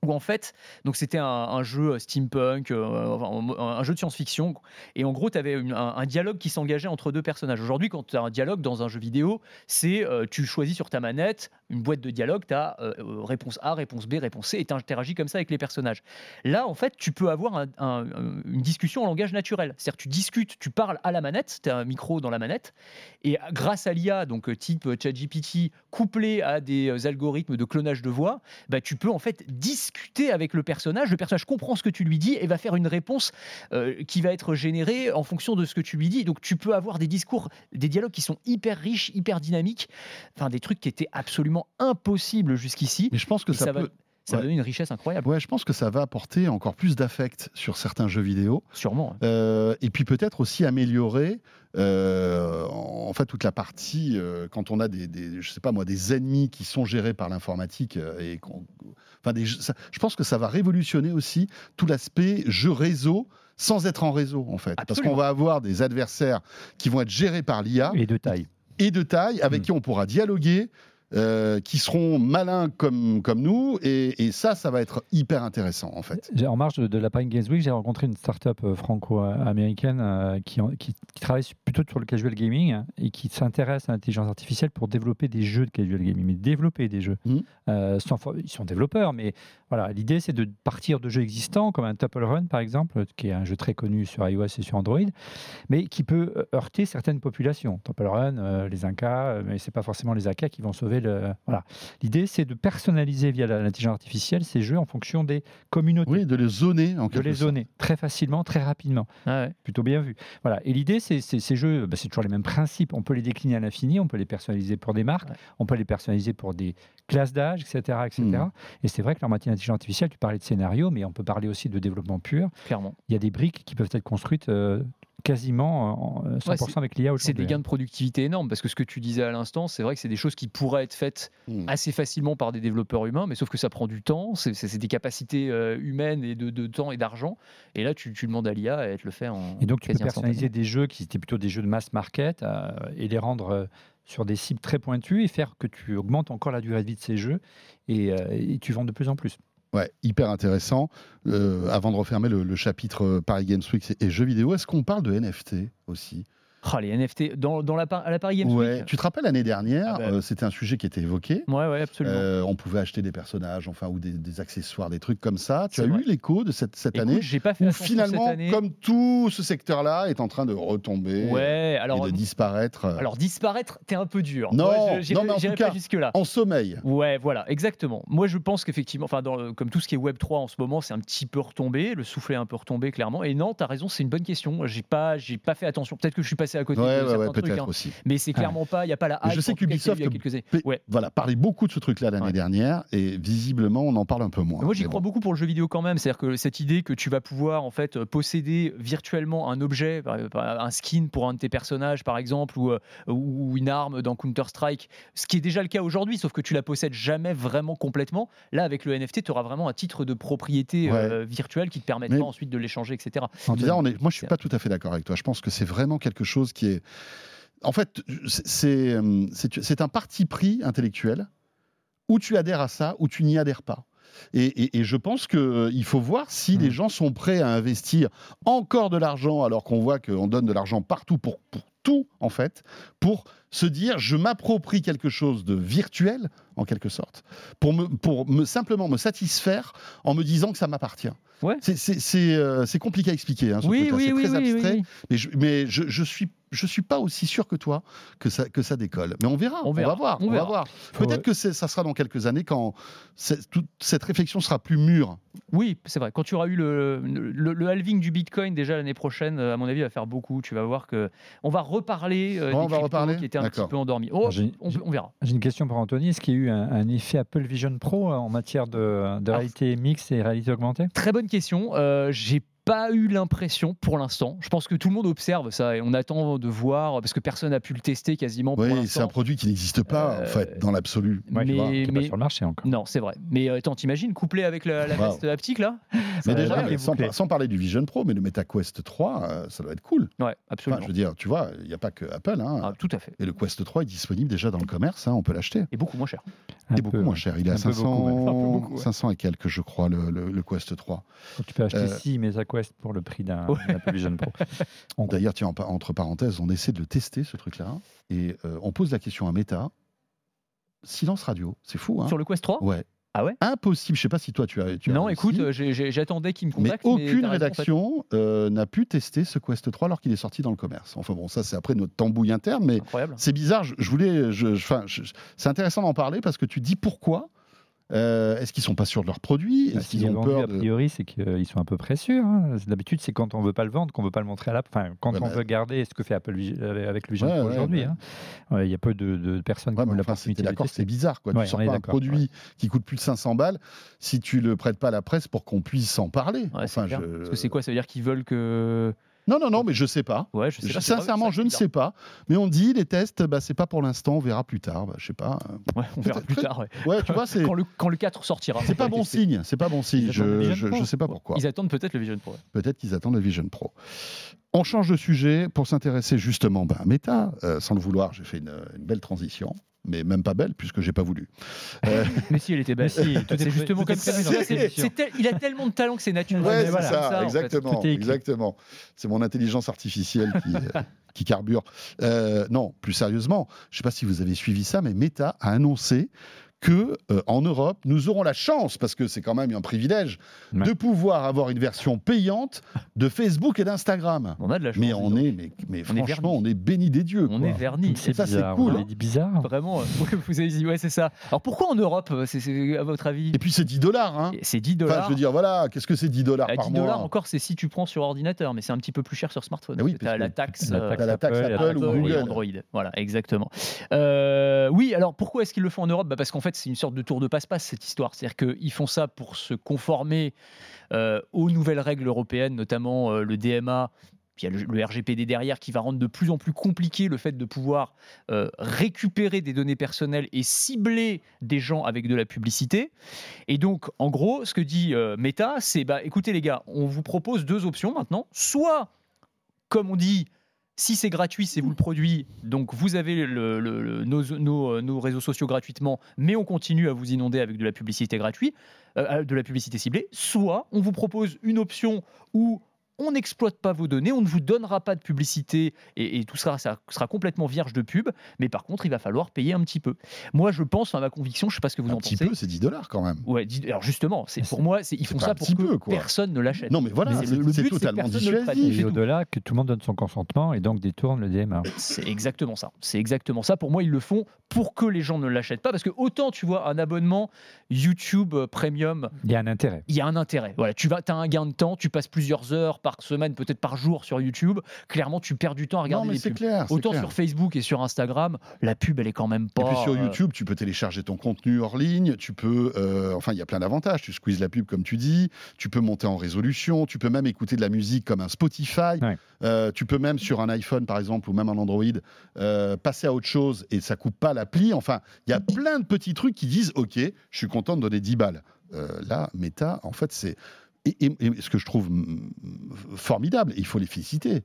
S3: Où en fait, donc c'était un, un jeu steampunk, euh, enfin, un, un jeu de science-fiction, et en gros, tu avais un, un dialogue qui s'engageait entre deux personnages. Aujourd'hui, quand tu as un dialogue dans un jeu vidéo, c'est euh, tu choisis sur ta manette une boîte de dialogue, tu as réponse A, réponse B, réponse C, et tu interagis comme ça avec les personnages. Là, en fait, tu peux avoir un- un- une discussion en langage naturel. C'est-à-dire, tu discutes, tu parles à la manette, tu as un micro dans la manette, et grâce à l'IA, donc euh, type euh, ChatGPT, couplé à des euh, algorithmes de clonage de voix, bah, tu peux en fait discuter avec le personnage. Le personnage comprend ce que tu lui dis et va faire une réponse euh, qui va être générée en fonction de ce que tu lui dis. Donc, tu peux avoir des discours, des dialogues qui sont hyper riches, hyper dynamiques, enfin, des trucs qui étaient absolument impossibles jusqu'ici.
S2: Mais je pense que
S3: Et
S2: ça,
S3: ça va-
S2: peut.
S3: Ça
S2: Ouais.
S3: va donner une richesse incroyable,
S2: Ouais, je pense que ça va apporter encore plus d'affect sur certains jeux vidéo.
S3: sûrement. hein.
S2: Euh, et puis peut-être aussi améliorer euh, en fait toute la partie euh, quand on a des, des- je sais pas moi des ennemis qui sont gérés par l'informatique euh, et qu'on- enfin des, ça- je pense que ça va révolutionner aussi tout l'aspect jeu réseau sans être en réseau en fait parce
S3: Absolument.
S2: qu'on va avoir des adversaires qui vont être gérés par l'IA
S4: Et de taille.
S2: et de taille avec
S4: Mm.
S2: qui on pourra dialoguer euh, qui seront malins comme, comme nous, et, et ça, ça va être hyper intéressant en fait.
S4: J'ai- En marge de, de la Paris Games Week, j'ai rencontré une start-up euh, franco-américaine euh, qui, en- qui- qui travaille su- plutôt sur le casual gaming hein, et qui s'intéresse à l'intelligence artificielle pour développer des jeux de casual gaming, mais développer des jeux.
S2: Mhm.
S4: Euh, sans for- ils sont développeurs, mais voilà, l'idée c'est de partir de jeux existants comme un Tuple Run par exemple, qui est un jeu très connu sur iOS et sur Android, mais qui peut euh, heurter certaines populations. Tuple Run, euh, les Incas, euh, mais c'est pas forcément les Incas qui vont sauver le. Voilà, l'idée c'est de personnaliser via la- l'intelligence artificielle ces jeux en fonction des communautés
S2: Oui, de les zoner en
S4: de
S2: quelque
S4: les
S2: sorte.
S4: zoner très facilement, très rapidement.
S3: Ah ouais.
S4: Plutôt bien vu. Voilà. Et l'idée, c'est c'est- ces jeux, bah, c'est toujours les mêmes principes. On peut les décliner à l'infini, on peut les personnaliser pour des marques,
S3: Ouais.
S4: on peut les personnaliser pour des classes d'âge, etc. etc.
S2: Mhm.
S3: Mmh.
S4: Et c'est vrai que en matière d'intelligence artificielle, tu parlais de scénario, mais on peut parler aussi de développement pur.
S3: clairement.
S4: Il y a des briques qui peuvent être construites euh, quasiment en- euh, en 100% avec l'IA aujourd'hui. hein.
S3: C'est des gains de productivité énormes parce que ce que tu disais à l'instant, c'est vrai que c'est des choses qui pourraient être faites
S2: Mm.
S3: assez facilement par des développeurs humains, mais sauf que ça prend du temps, c'est- c'est c'est des capacités euh, humaines et de, de temps et d'argent. Et là, tu, tu demandes à l'IA et elle te le fait en.
S4: Et donc, tu peux
S3: quasi
S4: personnaliser des jeux qui étaient plutôt des jeux de mass market euh, et les rendre euh, sur des cibles très pointues et faire que tu augmentes encore la durée de vie de ces jeux et, euh, et tu vends de plus en plus.
S2: Ouais, hyper intéressant. Euh, avant de refermer le, le chapitre euh, Paris Games Week et jeux vidéo, est-ce qu'on parle de NFT aussi
S3: instantanément. Ah, les NFT, dans, dans la, par- à la Paris Games
S2: Ouais.
S3: Week.
S2: Tu te rappelles l'année dernière,
S3: Ah bah.
S2: euh, c'était un sujet qui était évoqué.
S3: Ouais, ouais, absolument.
S2: Euh, on pouvait acheter des personnages, enfin, ou des, des accessoires, des trucs comme ça. Tu
S3: C'est
S2: as
S3: vrai.
S2: eu l'écho de cette, cette
S3: Écoute,
S2: année
S3: j'ai pas fait
S2: où
S3: attention
S2: finalement,
S3: cette année.
S2: comme tout ce secteur-là est en train de retomber
S3: Ouais,
S2: euh,
S3: alors,
S2: et de disparaître euh,
S3: alors disparaître, t'es un peu dur.
S2: Non,
S3: Moi, je- j'irai-
S2: non, mais en
S3: j'irai
S2: tout
S3: pas
S2: cas,
S3: jusque-là.
S2: en sommeil.
S3: Ouais, voilà, exactement. Moi, je pense qu'effectivement, enfin, dans le- comme tout ce qui est Web 3 en ce moment, c'est un petit peu retombé, le soufflet est un peu retombé, clairement. Et non, t'as raison, c'est une bonne question. J'ai pas, j'ai pas fait attention. Peut-être que je suis passé à côté
S2: Ouais,
S3: de
S2: ouais, ouais,
S3: certains trucs,
S2: peut-être
S3: hein.
S2: aussi.
S3: mais c'est clairement pas. Il y a pas la.
S2: Mais je
S3: hype,
S2: sais
S3: en tout cas, qu'il y a eu il y a
S2: qu'Ubisoft-
S3: quelques années.
S2: P-
S3: Ouais.
S2: Voilà, parlait beaucoup de ce truc-là l'année
S3: Ouais.
S2: dernière, et visiblement, on en parle un peu moins.
S3: Moi, j'y
S2: Mais
S3: crois
S2: bon.
S3: beaucoup pour le jeu vidéo quand même. C'est-à-dire que cette idée que tu vas pouvoir en fait euh, posséder virtuellement un objet, par- par- un skin pour un de tes personnages, par exemple, ou, euh, ou une arme dans Counter Strike, ce qui est déjà le cas aujourd'hui, sauf que tu la possèdes jamais vraiment complètement. Là, avec le NFT, tu auras vraiment un titre de propriété euh, virtuelle qui te permettra
S2: Mais-
S3: ensuite de l'échanger, etc.
S2: C'est bizarre, on est- moi je suis
S3: C'est-
S2: pas tout à fait d'accord avec toi. Je pense que c'est vraiment quelque chose qui est. En fait, c'est- c'est euh, c'est- c'est un parti pris intellectuel où tu adhères à ça, où tu n'y adhères pas. Et, et- et je pense qu'il faut voir si
S4: Mm.
S2: les gens sont prêts à investir encore de l'argent, alors qu'on voit qu'on donne de l'argent partout pour, pour tout, en fait, pour se dire je m'approprie quelque chose de virtuel, en quelque sorte, pour, me, pour me, simplement me satisfaire en me disant que ça m'appartient.
S3: Ouais.
S2: C'est- C'est c'est, euh, c'est compliqué à expliquer, hein, ce
S3: Oui,
S2: truc-là.
S3: oui,
S2: c'est
S3: oui,
S2: très
S3: oui, oui,
S2: abstrait,
S3: oui.
S2: mais je, mais je, je suis je suis pas aussi sûr que toi que ça que ça décolle. Mais on verra,
S3: On
S2: on,
S3: verra,
S2: va voir,
S3: on
S2: on,
S3: verra.
S2: va voir.
S4: Faut-
S2: Peut-être que c'est- ça sera dans quelques années quand c'est- toute cette réflexion sera plus mûre.
S3: Oui, c'est vrai. Quand tu auras eu le, le- le halving du Bitcoin déjà l'année prochaine, euh, à mon avis, va faire beaucoup. Tu vas voir que on va reparler
S2: Ouais,
S3: euh,
S2: on
S3: des
S2: va
S3: cryptos
S2: reparler
S3: qui étaient un petit
S2: D'accord.
S3: peu endormis. Oh,
S4: J'ai-
S3: on, on verra.
S4: J'ai une question pour Anthony. Est-ce qu'il y a eu un, un effet Apple Vision Pro euh, en matière de, de
S3: Ah.
S4: réalité mixte et réalité augmentée
S3: Très bonne question. Euh, J'ai pas eu l'impression pour l'instant. Je pense que tout le monde observe ça et on attend de voir parce que personne n'a pu le tester quasiment pour
S2: Oui, c'est
S3: l'instant.
S2: un produit qui n'existe pas
S3: Euh,
S2: en fait dans l'absolu.
S4: Ouais, tu vois, qui
S3: mais,
S4: est pas
S3: mais-
S4: sur le marché encore.
S3: non, c'est vrai. Mais euh, attends, t'imagines couplé avec la, la
S2: Wow.
S3: veste haptique là
S2: Mais
S4: va
S2: déjà,
S4: être
S2: mais sans,
S4: bouclé.
S2: par- sans parler du Vision Pro, mais le MetaQuest 3, euh, ça doit être cool.
S3: Ouais,
S2: Enfin,
S3: absolument.
S2: je veux dire, tu vois, il n'y a pas que Apple. hein.
S3: Ah, tout à fait.
S2: Et le Quest 3 est disponible déjà dans le commerce, hein, on peut l'acheter.
S3: Et beaucoup moins cher.
S4: Un
S2: Et beaucoup
S4: peu,
S2: moins
S4: ouais.
S2: cher. Il est
S4: Un
S2: à
S4: peu
S2: 500,
S4: beaucoup, ouais.
S3: Un peu beaucoup, ouais.
S2: 500 et quelques, je crois, le, le- le Quest 3.
S4: Donc, tu peux acheter
S2: Euh,
S4: 6 MetaQuest pour le prix d'un
S3: Ouais.
S4: d'un Apple Vision Pro.
S2: D'ailleurs, tiens, en pa- entre parenthèses, on essaie de le tester, ce truc-là. Et euh, on pose la question à Meta. Silence radio, c'est fou, hein
S3: Sur le Quest 3
S2: Ouais.
S3: Ah ouais
S2: Impossible, je sais pas si toi tu as. tu as
S3: Non,
S2: réussi,
S3: écoute, euh, j'ai- j'ai- j'attendais qu'il me
S2: mais
S3: contacte.
S2: aucune
S3: t'as raison, en fait.
S2: rédaction euh, n'a pu tester ce Quest 3 alors qu'il est sorti dans le commerce. Enfin bon, ça c'est après notre tambouille interne, mais
S3: Incroyable.
S2: c'est bizarre. Je, je voulais, je, je- enfin, je- c'est intéressant d'en parler parce que tu dis pourquoi. Euh, Est-ce qu'ils sont pas sûrs de leurs produits
S4: Bah,
S2: Est-ce
S4: S'il
S2: qu'ils
S4: est
S2: ont
S4: vendu,
S2: peur
S4: a
S2: de...
S4: priori, c'est qu'ils sont à peu près sûrs. hein. D'habitude, c'est quand on veut pas le vendre, qu'on veut pas le montrer à l'Apple. Enfin, quand
S2: Ouais,
S4: on
S2: bah-
S4: veut garder ce que fait Apple Vigi- euh, avec le Vision
S2: Ouais,
S4: Pro
S2: ouais,
S4: aujourd'hui.
S2: ouais.
S4: hein. Ouais, Il y a peu de, de personnes
S2: Ouais,
S4: qui ont
S2: mais enfin, si
S4: l'opportunité
S2: t'es
S4: de le
S2: d'accord, c'est
S4: tester.
S2: bizarre. Quoi.
S4: Ouais,
S2: tu sors
S4: on est
S2: pas un
S4: d'accord,
S2: produit
S4: ouais.
S2: qui coûte plus de 500 balles si tu le prêtes pas à la presse pour qu'on puisse en parler.
S3: Ouais, c'est
S2: enfin,
S3: clair.
S2: je-
S3: Parce que c'est quoi Ça veut dire qu'ils veulent que.
S2: Non, non, non, mais je sais pas.
S3: Ouais, je sais
S2: Je-
S3: pas, c'est
S2: sincèrement,
S3: vrai,
S2: je
S3: ça,
S2: ne
S3: c'est
S2: sais pas. Mais on dit les tests, bah, c'est pas pour l'instant, on verra plus tard. Bah, je sais pas.
S3: bizarre. Ouais, on verra
S2: Peut-être-
S3: plus tard. ouais.
S2: Ouais, tu vois, c'est
S3: Quand le, quand le 4 sortira.
S2: c'est pas bon signe. C'est pas bon signe.
S4: attendent le
S2: Je,
S4: Vision
S2: je,
S4: Pro.
S2: je sais pas pourquoi.
S3: Ils attendent peut-être le Vision Pro. ouais.
S2: Peut-être qu'ils attendent le Vision Pro. On change de sujet pour s'intéresser justement ben, à Meta. Euh, sans le vouloir, j'ai fait une, une belle transition. mais même pas belle puisque j'ai pas voulu.
S3: Mais si, elle était belle.
S4: Mais si, tout est
S3: c'est
S4: pré-
S3: justement
S4: tout
S3: comme
S4: est
S3: ça.
S4: prévu dans
S2: la
S3: C'est-
S4: sélection.
S3: c'est tel- il a tellement de talent que c'est naturel.
S2: Ouais,
S4: mais
S2: c'est
S4: voilà,
S2: ça,
S3: comme en fait.
S2: exactement,
S4: Tout est écrit.
S2: exactement. C'est mon intelligence artificielle qui, euh, qui carbure. Euh, non, plus sérieusement, je ne sais pas si vous avez suivi ça, mais Meta a annoncé que euh, en Europe, nous aurons la chance, parce que c'est quand même un privilège,
S4: Ouais.
S2: de pouvoir avoir une version payante de Facebook et d'Instagram.
S3: On a de la chance.
S2: Mais on
S3: dis donc.
S2: est, mais, mais
S3: vernis.
S2: franchement, on est béni des dieux.
S3: on
S2: quoi.
S3: est vernis.
S2: C'est ça, c'est
S4: bizarre,
S2: cool,
S4: On
S2: hein.
S4: a dit bizarre.
S3: Vraiment, euh, vous avez dit, ouais, c'est ça. Alors pourquoi en Europe, euh, c'est- c'est à votre avis
S2: Et puis c'est 10 dollars. Hein.
S3: C'est 10 dollars.
S2: Enfin, je veux dire, voilà, qu'est-ce que c'est 10 dollars
S3: À
S2: par
S3: 10
S2: mois
S3: dollars
S2: hein.
S3: encore, c'est si tu prends sur ordinateur, mais c'est un petit peu plus cher sur smartphone.
S2: Mais oui,
S3: Parce que t'as
S2: parce
S3: la
S2: que-
S3: taxe.
S4: la
S3: euh,
S4: taxe
S2: T'as la taxe
S4: Apple,
S2: Apple ou
S3: Apple et
S2: Google.
S3: Android. Voilà, exactement. Euh, oui, alors pourquoi est-ce qu'ils le font en Europe Bah Parce qu'en fait, c'est une sorte de tour de passe-passe, cette histoire. C'est-à-dire qu'ils font ça pour se conformer euh, aux nouvelles règles européennes, notamment euh, le DMA. Puis il y a le, le RGPD derrière qui va rendre de plus en plus compliqué le fait de pouvoir euh, récupérer des données personnelles et cibler des gens avec de la publicité. Et donc, en gros, ce que dit euh, Meta, c'est bah, écoutez, les gars, on vous propose deux options maintenant. Soit, comme on dit, si c'est gratuit, c'est vous
S2: Mm.
S3: le produit, donc vous avez le- le- le- nos, nos, euh, nos réseaux sociaux gratuitement, mais on continue à vous inonder avec de la publicité gratuite, euh, euh, de la publicité ciblée. Soit, on vous propose une option où on n'exploite pas vos données, on ne vous donnera pas de publicité et, et tout sera, ça sera complètement vierge de pub, mais par contre, il va falloir payer un petit peu. Moi, je pense, à ma conviction, je ne sais pas ce que vous
S2: Un
S3: en
S2: petit
S3: pensez.
S2: peu, c'est 10 dollars quand même.
S3: Ouais, dis- alors justement, c'est pour moi, c'est- ils
S2: c'est
S3: font
S2: pas
S3: ça
S2: un
S3: pour
S2: petit
S3: que
S2: peu, quoi.
S3: personne ne l'achète.
S2: Non, mais voilà,
S3: Mais
S2: c'est
S3: le but,
S2: c'est
S3: c'est
S2: totalement
S3: personne ne le prenne.
S2: dissuasif.
S4: Et au-delà, que tout le monde donne son consentement et donc détourne le DMA.
S3: C'est exactement ça. C'est exactement ça. Pour moi, ils le font pour que les gens ne l'achètent pas, parce que autant tu vois un abonnement YouTube euh, Premium,
S4: Il y a un intérêt.
S3: il y a un intérêt. Voilà, tu vas, as un gain de temps, tu passes plusieurs heures par semaine, peut-être par jour sur YouTube. Clairement, tu perds du temps à
S2: Non,
S3: regarder
S2: mais
S3: les
S2: c'est
S3: pubs.
S2: clair. c'est
S3: Autant
S2: clair.
S3: sur Facebook et sur Instagram, la pub, elle est quand même pas.
S2: Et puis sur
S3: euh,
S2: YouTube, tu peux télécharger ton contenu hors ligne, tu peux, euh, enfin, il y a plein d'avantages. Tu squeezes la pub comme tu dis, tu peux monter en résolution, tu peux même écouter de la musique comme un Spotify,
S4: Ouais.
S2: Euh, tu peux même sur un iPhone par exemple ou même un Android euh, passer à autre chose et ça coupe pas l'appli. Enfin, il y a plein de petits trucs qui disent, ok, je suis content de donner 10 balles. Euh, là, Meta, en fait, c'est et, et- et ce que je trouve mm, formidable. et Il faut les féliciter.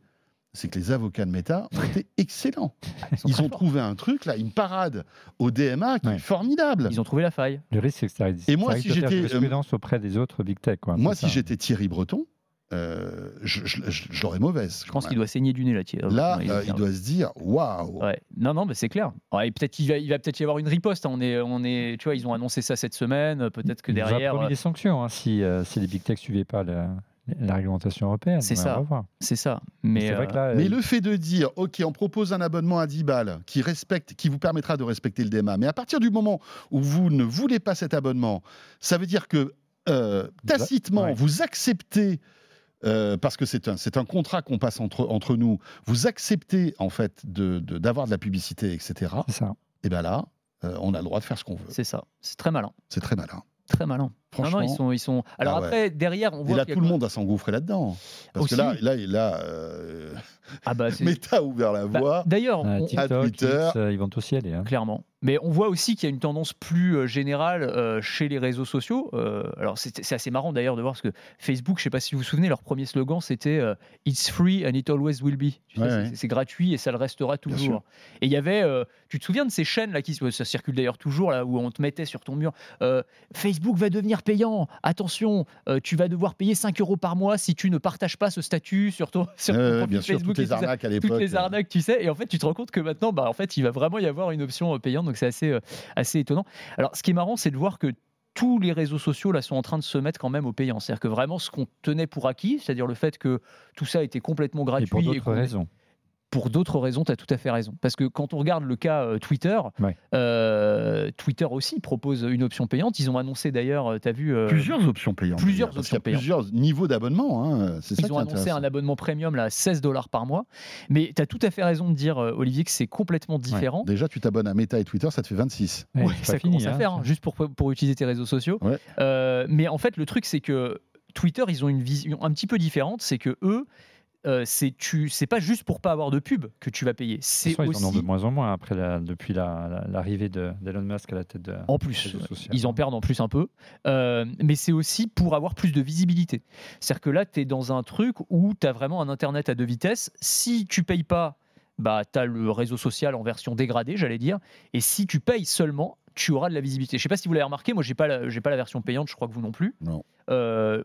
S2: C'est que les avocats de Meta ont été excellents.
S3: sont
S2: Ils
S3: très
S2: ont
S3: forts.
S2: trouvé un truc, là, une parade au DMA qui est
S4: Ouais.
S2: formidable.
S3: Ils ont trouvé la faille.
S4: Le risque, c'est que ça risque,
S2: Et moi,
S4: ça risque
S2: si
S4: de faire
S2: j'étais, euh,
S4: de la jurisprudence auprès des autres big tech. quoi,
S2: Moi,
S4: c'est
S2: si
S4: ça.
S2: j'étais Thierry Breton, euh, je, je- je- je l'aurais mauvaise.
S3: Je pense qu'il doit saigner du nez là. Thierry.
S2: Là,
S3: Non,
S2: euh, il doit se dire waouh.
S3: Ouais. Non, non, mais c'est clair. Ouais, et peut-être il va, il va peut-être y avoir une riposte. hein. On est, on est, tu vois, ils ont annoncé ça cette semaine. Peut-être que
S4: Il nous a
S3: derrière, euh,
S4: promis des sanctions hein, si, euh, si les big tech suivaient pas la, la réglementation européenne.
S3: C'est
S4: Mais
S3: ça.
S4: On va voir.
S3: c'est ça.
S4: Mais
S3: Mais
S4: c'est
S3: euh,
S4: vrai que là,
S2: Mais
S4: euh,
S2: le fait de dire, OK, on propose un abonnement à 10 balles qui, respecte, qui vous permettra de respecter le DMA, mais à partir du moment où vous ne voulez pas cet abonnement, ça veut dire que euh, tacitement,
S4: Ouais.
S2: vous acceptez, euh, parce que c'est un, c'est un contrat qu'on passe entre, entre nous, vous acceptez en fait de- de- d'avoir de, la publicité, etc.
S4: c'est ça.
S2: Et bien là, euh, on a le droit de faire ce qu'on veut.
S3: c'est ça. C'est très malin.
S2: C'est très malin.
S3: Très malin. Non,
S2: Franchement.
S3: non, ils sont, ils sont. Alors
S2: Ah ouais.
S3: après, derrière, on
S2: Et
S3: voit.
S2: là,
S3: qu'il y a
S2: tout le
S3: quoi-
S2: monde a s'engouffré là-dedans. Parce
S3: Aussi.
S2: que là, là, là euh,
S3: Ah bah, c'est-
S2: Meta a ouvert la
S3: bah,
S2: voie.
S3: D'ailleurs,
S4: Euh,
S3: on-
S4: TikTok,
S2: Twitter.
S4: X, euh, ils vont tous y aller. hein.
S3: clairement. Mais on voit aussi qu'il y a une tendance plus euh, générale euh, chez les réseaux sociaux. Euh, alors c'est c'est assez marrant d'ailleurs de voir parce que Facebook, je sais pas si vous vous souvenez, leur premier slogan c'était euh, It's free and it always will be. Tu sais,
S2: Ouais,
S3: c'est-
S2: ouais.
S3: c'est- C'est gratuit et ça le restera
S2: Bien
S3: toujours. Et il y avait, euh, tu te souviens de ces chaînes là qui se- ça circule d'ailleurs toujours là où on te mettait sur ton mur euh, Facebook va devenir payant. Attention, euh, tu vas devoir payer 5 euros par mois si tu ne partages pas ce statut sur ton, sur ton
S2: Ouais, ouais,
S3: profil
S2: bien sûr,
S3: Facebook
S2: toutes
S3: et
S2: les
S3: tout ça
S2: arnaques à l'époque. euh,
S3: toutes les
S4: euh.
S3: arnaques, tu sais. Et en fait, tu te rends compte que maintenant, bah, en fait, il va vraiment y avoir une option euh, payante. Donc, c'est assez, euh, assez étonnant. Alors, ce qui est marrant, c'est de voir que tous les réseaux sociaux là sont en train de se mettre quand même au payant. C'est-à-dire que vraiment, ce qu'on tenait pour acquis, c'est-à-dire le fait que tout ça était complètement gratuit.
S4: Et pour d'autres
S3: qu'on-
S4: raisons.
S3: pour d'autres raisons, tu as tout à fait raison. Parce que quand on regarde le cas euh, Twitter,
S4: Ouais.
S3: euh, Twitter aussi propose une option payante. Ils ont annoncé d'ailleurs, tu as vu. euh,
S2: Plusieurs options payantes.
S3: Plusieurs
S2: d'ailleurs, parce qu'il y a
S3: options
S2: Plusieurs niveaux d'abonnement. hein, C'est ça
S3: Ils
S2: qui
S3: ont
S2: est
S3: annoncé
S2: intéressant.
S3: un abonnement premium là, à 16 dollars par mois. Mais tu as tout à fait raison de dire, euh, Olivier, que c'est complètement différent.
S2: Déjà, tu t'abonnes à Meta et Twitter, ça te fait 26.
S4: Ouais,
S3: Ouais,
S4: c'est
S3: ça
S4: pas fini,
S3: commence à
S4: hein.
S3: faire, hein, juste pour, pour utiliser tes réseaux sociaux.
S2: Ouais.
S3: Euh, mais en fait, le truc, c'est que Twitter, ils ont une vision un petit peu différente. C'est que eux, euh, c'est tu- c'est pas juste pour pas avoir de pub que tu vas payer.
S4: De toute
S3: C'est
S4: façon,
S3: aussi.
S4: Ils en ont de moins en moins après la- depuis la- la- l'arrivée de- d'Elon Musk à la tête de.
S3: En
S4: des
S3: plus,
S4: réseaux sociaux.
S3: ils en perdent en plus un peu, Euh, mais c'est aussi pour avoir plus de visibilité. C'est-à-dire que là, tu es dans un truc où tu as vraiment un Internet à deux vitesses. Si tu payes pas bah, tu as le réseau social en version dégradée, j'allais dire. Et si tu payes seulement, tu auras de la visibilité. Je sais pas si vous l'avez remarqué, moi, j'ai pas, la- j'ai pas la version payante, je crois que vous non plus.
S2: Non.
S3: Euh,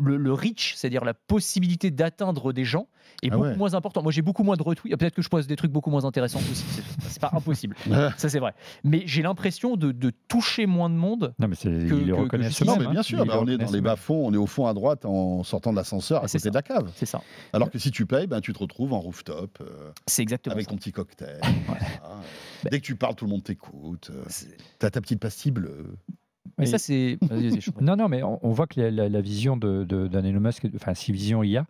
S3: le, le reach, c'est-à-dire la possibilité d'atteindre des gens, est
S2: Ah
S3: beaucoup
S2: ouais.
S3: moins important. Moi, j'ai beaucoup moins de retweets. Ah, Peut-être que je pose des trucs beaucoup moins intéressants aussi. C'est- C'est pas impossible.
S2: Ah.
S3: Ça, c'est vrai. Mais j'ai l'impression de, de toucher moins de monde.
S4: Non, mais c'est,
S3: que-
S4: ils
S3: que-
S4: le
S3: que
S4: reconnaissent.
S3: je
S2: Non,
S3: dis,
S2: mais
S4: eux-mêmes, hein.
S2: bien
S4: Ils
S2: sûr,
S4: le
S2: bah, on est dans
S4: reconnaissent
S2: les
S4: eux-mêmes.
S2: bas-fonds, on est au fond à droite en sortant de l'ascenseur à
S3: Ah, c'est
S2: côté de la cave.
S3: C'est ça.
S2: Alors que si tu payes, ben, tu te retrouves en rooftop euh,
S3: C'est exactement
S2: avec
S3: ça. Bah.
S2: ton petit cocktail. voilà. Dès que tu parles, tout le monde t'écoute. euh,
S3: C'est-
S2: T'as ta petite euh, pastille bleue.
S3: Mais ça, c'est. Vas-y, vas-y, je t'en prie.
S4: Non, non, mais on, on voit que la, la- la vision de- de- d'Elon Musk, enfin, si vision il y a,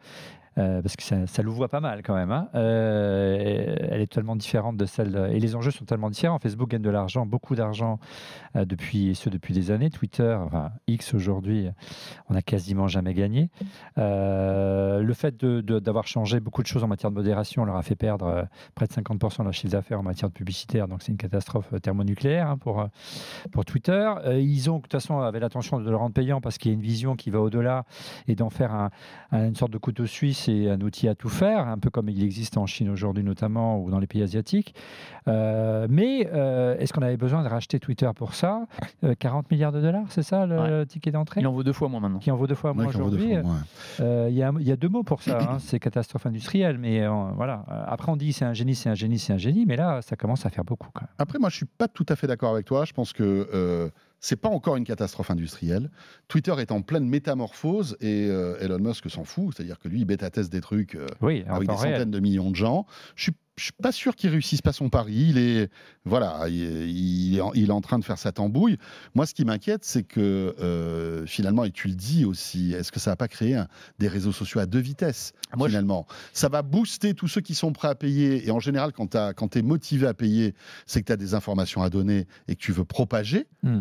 S4: euh, parce que ça, ça le voit pas mal quand même, hein, euh, elle est totalement différente de celle. de- et les enjeux sont tellement différents. Facebook gagne de l'argent, beaucoup d'argent, euh, depuis, et ce depuis des années. Twitter, enfin, X aujourd'hui, on n'a quasiment jamais gagné. Euh, le fait de- de- d'avoir changé beaucoup de choses en matière de modération leur a fait perdre euh, près de 50% de leur chiffre d'affaires en matière de publicitaire, donc c'est une catastrophe euh, thermonucléaire hein, pour, euh, pour Twitter. Euh, ils ont, de toute façon, avaient l'intention de le rendre payant parce qu'il y a une vision qui va au-delà et d'en faire un- un- une sorte de couteau suisse et un outil à tout faire, un peu comme il existe en Chine aujourd'hui notamment ou dans les pays asiatiques. Euh, mais euh, est-ce qu'on avait besoin de racheter Twitter pour ça Euh, 40 milliards de dollars, c'est ça le,
S3: Ouais.
S4: le ticket d'entrée
S3: Il en vaut deux fois moins maintenant.
S4: qui en vaut deux fois moins
S2: Ouais, qui en vaut deux
S4: aujourd'hui.
S2: fois moins.
S4: Euh, Il y, a, il y a deux mots pour ça, hein, c'est catastrophe industrielle, mais euh, voilà. Euh, Après on dit c'est un génie, c'est un génie, c'est un génie, mais là ça commence à faire beaucoup quand même.
S2: Après, moi, je suis pas tout à fait d'accord avec toi. Je pense que euh, c'est pas encore une catastrophe industrielle. Twitter est en pleine métamorphose et euh, Elon Musk s'en fout. C'est-à-dire que lui, il bêta-teste des trucs euh,
S4: Oui, en
S2: avec des
S4: temps réel.
S2: centaines de millions de gens. Je suis, je suis pas sûr qu'il réussisse pas son pari. Il est, voilà, il, il est en, il est en train de faire sa tambouille. Moi, ce qui m'inquiète, c'est que euh, finalement, et tu le dis aussi, est-ce que ça va pas créer un- des réseaux sociaux à deux vitesses
S3: Ah, moi, je-
S2: finalement Ça va booster tous ceux qui sont prêts à payer. Et en général, quand tu es motivé à payer, c'est que tu as des informations à donner et que tu veux propager.
S4: Hmm.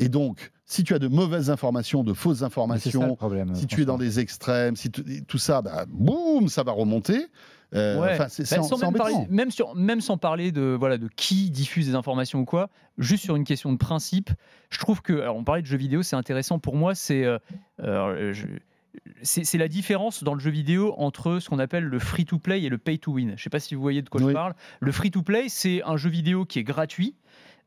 S2: Et donc, si tu as de mauvaises informations, de fausses
S4: Mais c'est ça, le
S2: informations,
S4: problème,
S2: si tu es dans
S4: franchement.
S2: des extrêmes, si tu- tout ça, bah, boum, ça va remonter. Euh,
S3: Ouais.
S2: enfin, c'est- c'est
S3: Bah,
S2: en-
S3: sans
S2: c'est
S3: même, parler-
S2: embêtant.
S3: même sur- même sans parler de, voilà, de qui diffuse des informations ou quoi, juste sur une question de principe, je trouve que, alors on parlait de jeux vidéo, c'est intéressant pour moi, c'est euh, alors, euh, je- c'est c'est la différence dans le jeu vidéo entre ce qu'on appelle le free-to-play et le pay-to-win. Je ne sais pas si vous voyez de quoi
S2: Oui.
S3: je parle. Le free-to-play, c'est un jeu vidéo qui est gratuit,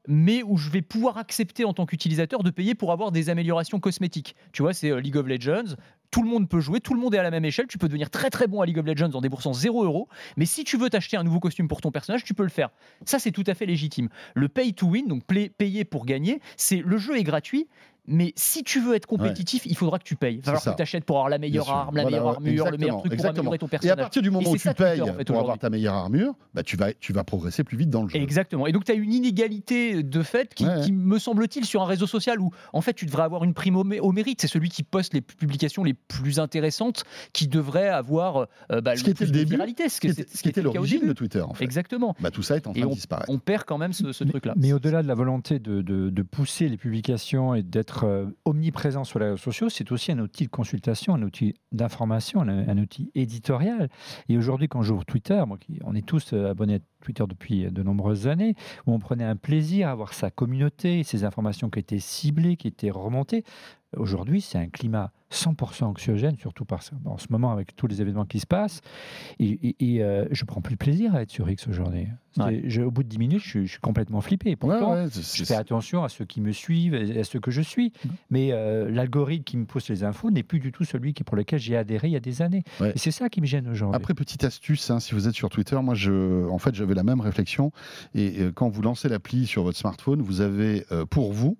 S3: mais où je vais pouvoir accepter en tant qu'utilisateur de payer pour avoir des améliorations cosmétiques. Tu vois, c'est euh, League of Legends. Tout le monde peut jouer, tout le monde est à la même échelle. Tu peux devenir très très bon à League of Legends en déboursant 0 euros, mais si tu veux t'acheter un nouveau costume pour ton personnage, tu peux le faire. Ça, c'est tout à fait légitime. Le pay to win, donc pla- payer pour gagner, c'est le jeu est gratuit, mais si tu veux être compétitif, il faudra que tu payes. Il va
S2: C'est
S3: falloir que
S2: ça.
S3: tu t'achètes pour avoir la meilleure
S2: sûr.
S3: arme, la
S2: Voilà,
S3: meilleure
S2: ouais,
S3: armure, le
S2: exactement,
S3: meilleur truc pour
S2: exactement.
S3: améliorer ton
S2: Et à
S3: personnage.
S2: partir du moment
S3: c'est
S2: où tu
S3: ça, Twitter,
S2: payes
S3: en fait,
S2: pour avoir
S3: aujourd'hui.
S2: ta meilleure armure, bah, tu, vas, tu vas progresser plus vite dans le jeu.
S3: Exactement. Et donc, tu as une inégalité euh, de fait qui,
S2: Ouais, ouais.
S3: qui, me semble-t-il, sur un réseau social où, en fait, tu devrais avoir une prime au, mé- au mérite. C'est celui qui poste les publications les plus intéressantes qui devrait avoir euh, bah,
S2: Ce qui
S3: le plus
S2: était le
S3: de
S2: début,
S3: viralité.
S2: Ce qui était, ce qui était
S3: le cas au
S2: l'origine
S3: début.
S2: de Twitter, en fait.
S3: Exactement.
S2: Bah, tout ça est en
S3: Et
S2: train de disparaître.
S3: On perd quand même ce, ce
S4: Mais-
S3: truc-là.
S4: Mais au-delà de la volonté de, de- de pousser les publications et d'être euh, omniprésent sur les réseaux sociaux, c'est aussi un outil de consultation, un outil d'information, un, un outil éditorial. Et aujourd'hui, quand j'ouvre Twitter, moi, qui- on est tous euh, abonnés à Twitter depuis euh, de nombreuses années, où on prenait un plaisir à voir sa communauté, ses informations qui étaient ciblées, qui étaient remontées. Aujourd'hui, c'est un climat 100% anxiogène, surtout par, en ce moment avec tous les événements qui se passent. Et, et- et, euh, je prends plus le plaisir à être sur X aujourd'hui. C'est-
S3: Ouais.
S4: je- au bout de 10 minutes, je, suis- je suis complètement flippé.
S2: Ouais,
S4: Pourtant,
S2: ouais, c'est-
S4: je
S2: c'est-
S4: fais attention à ceux qui me suivent et à ceux que je suis.
S2: Mm.
S4: Mais euh, l'algorithme qui me pousse les infos n'est plus du tout celui qui, pour lequel j'ai adhéré il y a des années.
S2: Ouais.
S4: Et c'est ça qui me gêne aujourd'hui.
S2: Après, petite astuce, hein, si vous êtes sur Twitter, moi, je, en fait, j'avais la même réflexion. Et euh, quand vous lancez l'appli sur votre smartphone, vous avez euh, pour vous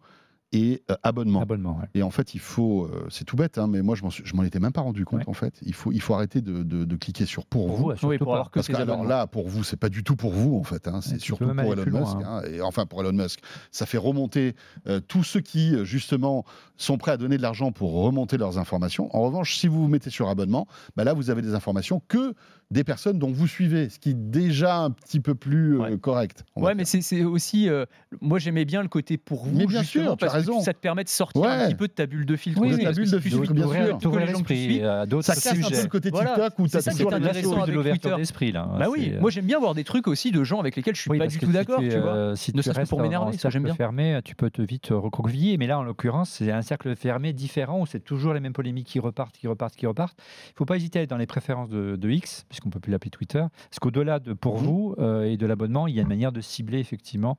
S2: et euh, abonnement.
S4: Abonnement. ouais.
S2: Et en fait, il faut, euh, c'est tout bête, hein, mais moi, je m'en suis- je m'en étais même pas rendu compte.
S4: Ouais.
S2: En fait, il faut, il faut arrêter de, de- de cliquer sur pour,
S4: Pour
S2: vous.
S4: vous, Bah, surtout
S3: Oui, pour
S4: pas.
S3: avoir que
S2: Parce
S3: tes
S2: que alors
S3: abonnements.
S2: là, pour vous, c'est pas du tout pour vous en fait. hein,
S4: Ouais,
S2: c'est
S4: tu
S2: surtout
S4: peux
S2: pour
S4: même aller
S2: Elon
S4: plus loin,
S2: Musk. hein, et enfin pour Elon Musk, ça fait remonter euh, tous ceux qui euh, justement sont prêts à donner de l'argent pour remonter leurs informations. En revanche, si vous vous mettez sur abonnement, bah là vous avez des informations que des personnes dont vous suivez, ce qui est déjà un petit peu plus euh,
S3: Ouais.
S2: correct. on va
S3: Ouais, mais
S2: dire.
S3: c'est c'est aussi. euh, moi, j'aimais bien le côté pour vous.
S2: Mais bien
S3: justement,
S2: sûr, tu as
S3: parce que
S2: raison.
S3: ça te permet de sortir
S2: Ouais.
S3: un petit peu de ta bulle de filtre.
S4: Oui,
S3: aussi,
S4: de ta
S3: parce que
S2: bulle
S3: si
S2: de
S3: tu
S2: filtre,
S3: suis-
S2: bien
S4: D'ouvrir-
S2: sûr.
S4: d'ouvrir
S3: Tous les gens que tu
S4: l'esprit euh,
S3: suis.
S4: à d'autres
S2: ça casse un peu
S4: sujets.
S2: le côté
S3: Voilà.
S2: TikTok où tu
S3: C'est ça
S2: as
S3: qui
S2: toujours
S3: est
S2: les
S4: C'est
S3: intéressant
S2: versions-
S4: de
S3: avec
S4: l'ouverture
S3: Twitter.
S4: d'esprit là.
S3: Bah
S4: C'est,
S3: oui,
S4: euh,
S3: moi j'aime bien voir des trucs aussi de gens avec lesquels je suis
S4: Oui,
S3: pas
S4: parce
S3: du
S4: que
S3: tout
S4: si
S3: d'accord,
S4: tu,
S3: tu vois.
S4: euh, si
S3: Ne
S4: tu
S3: serait-ce que
S4: restes
S3: pour m'énerver,
S4: en
S3: ça,
S4: cercle
S3: j'aime bien.
S4: fermé, tu peux te vite euh, recroqueviller. Mais là, en l'occurrence, c'est un cercle fermé différent où c'est toujours les mêmes polémiques qui repartent, qui repartent, qui repartent. Il ne faut pas hésiter à être dans les préférences de, de X, puisque puisqu'on ne peut plus l'appeler Twitter. Parce qu'au-delà de pour
S3: Mmh.
S4: vous euh, et de l'abonnement, il y a une manière de cibler effectivement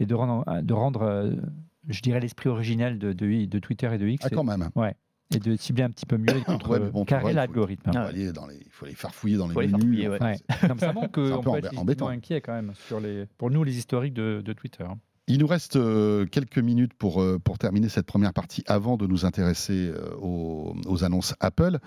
S4: et de rendre, de rendre euh, je dirais, l'esprit original de, de, de Twitter et de X
S2: Ah,
S4: et,
S2: quand même.
S4: et de cibler un petit peu mieux et contre
S2: Ouais, mais bon, tu vois,
S4: carrer
S2: il faut-
S4: l'algorithme.
S2: Il faut
S3: Ah ouais.
S2: aller dans les- il faut les faire fouiller dans les
S3: Faut les
S2: menus. hein.
S3: faire fouiller, ouais.
S2: enfin,
S4: Ouais.
S2: c'est-
S4: Non, mais ça montre
S2: C'est un
S4: qu'on
S2: peu
S4: peut être
S2: embê-
S4: légitimement
S2: embêtant.
S4: inquiet quand même sur les, pour nous les historiques de, de Twitter. hein.
S2: Il nous reste euh, quelques minutes pour, euh, pour terminer cette première partie avant de nous intéresser euh, aux, aux annonces Apple.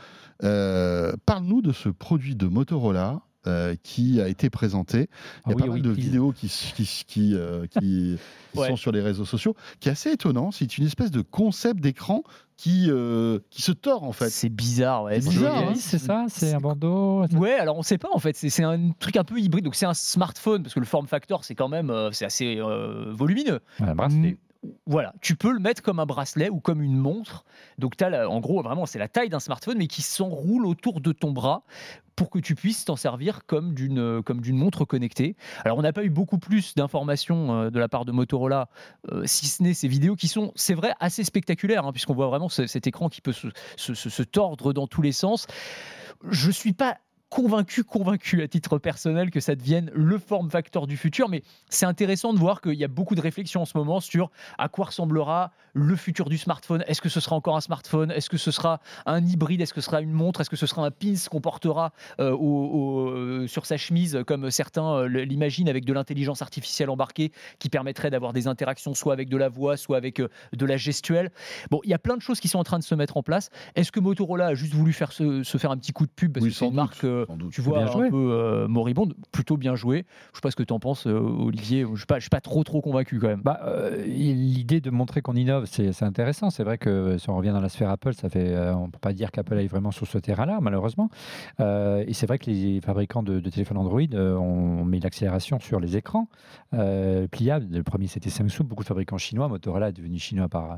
S2: Euh, Parle-nous de ce produit de Motorola. euh, qui a été présenté. Il y
S4: Ah
S2: a
S4: oui,
S2: pas mal
S4: oui,
S2: de
S4: please.
S2: vidéos qui, qui, qui, euh, qui- qui
S3: Ouais.
S2: sont sur les réseaux sociaux, qui est assez étonnant. C'est une espèce de concept d'écran qui, euh, qui se tord, en fait.
S3: C'est bizarre, ouais.
S2: C'est bizarre,
S4: Joli,
S2: hein.
S4: c'est ça, c'est un bandeau. etc.
S3: Ouais, alors on sait pas en fait, c'est c'est un truc un peu hybride, donc c'est un smartphone parce que le form factor c'est quand même euh, c'est assez euh, volumineux.
S4: Un bracelet.
S3: Mm, Voilà, tu peux le mettre comme un bracelet ou comme une montre. Donc t'as la- en gros vraiment c'est la taille d'un smartphone mais qui s'enroule autour de ton bras pour que tu puisses t'en servir comme d'une euh, comme d'une montre connectée. Alors on n'a pas eu beaucoup plus d'informations euh, de la part de Motorola, euh, si ce n'est ces vidéos qui sont, c'est vrai, assez spectaculaires, hein, puisqu'on voit vraiment ce- cet écran qui peut se, se- se- se tordre dans tous les sens. Je suis pas convaincu, convaincu à titre personnel que ça devienne le form factor du futur, mais c'est intéressant de voir qu'il y a beaucoup de réflexions en ce moment sur à quoi ressemblera le futur du smartphone. Est-ce que ce sera encore un smartphone Est-ce que ce sera un hybride Est-ce que ce sera une montre Est-ce que ce sera un pins qu'on portera euh, au- au- euh, sur sa chemise comme certains euh, le- l'imaginent avec de l'intelligence artificielle embarquée qui permettrait d'avoir des interactions soit avec de la voix, soit avec euh, de la gestuelle Bon, il y a plein de choses qui sont en train de se mettre en place. Est-ce que Motorola a juste voulu faire se, se faire un petit coup de pub parce
S2: Oui,
S3: que c'est
S2: sans
S3: une
S2: doute,
S3: marque euh,
S2: sans doute.
S3: tu vois
S4: Bien joué.
S3: un peu euh, moribonde, plutôt bien joué. Je sais pas ce que tu en penses, euh, Olivier. Je suis pas, je suis pas trop trop convaincu quand même.
S4: Bah, euh, L'idée de montrer qu'on innove, c'est c'est intéressant. C'est vrai que euh, si on revient dans la sphère Apple, ça fait, euh, on ne peut pas dire qu'Apple aille vraiment sur ce terrain-là, malheureusement. Euh, et c'est vrai que les fabricants de, de téléphones Android euh, ont mis l'accélération sur les écrans euh, pliables. Le premier, c'était Samsung, beaucoup de fabricants chinois. Motorola est devenu chinois par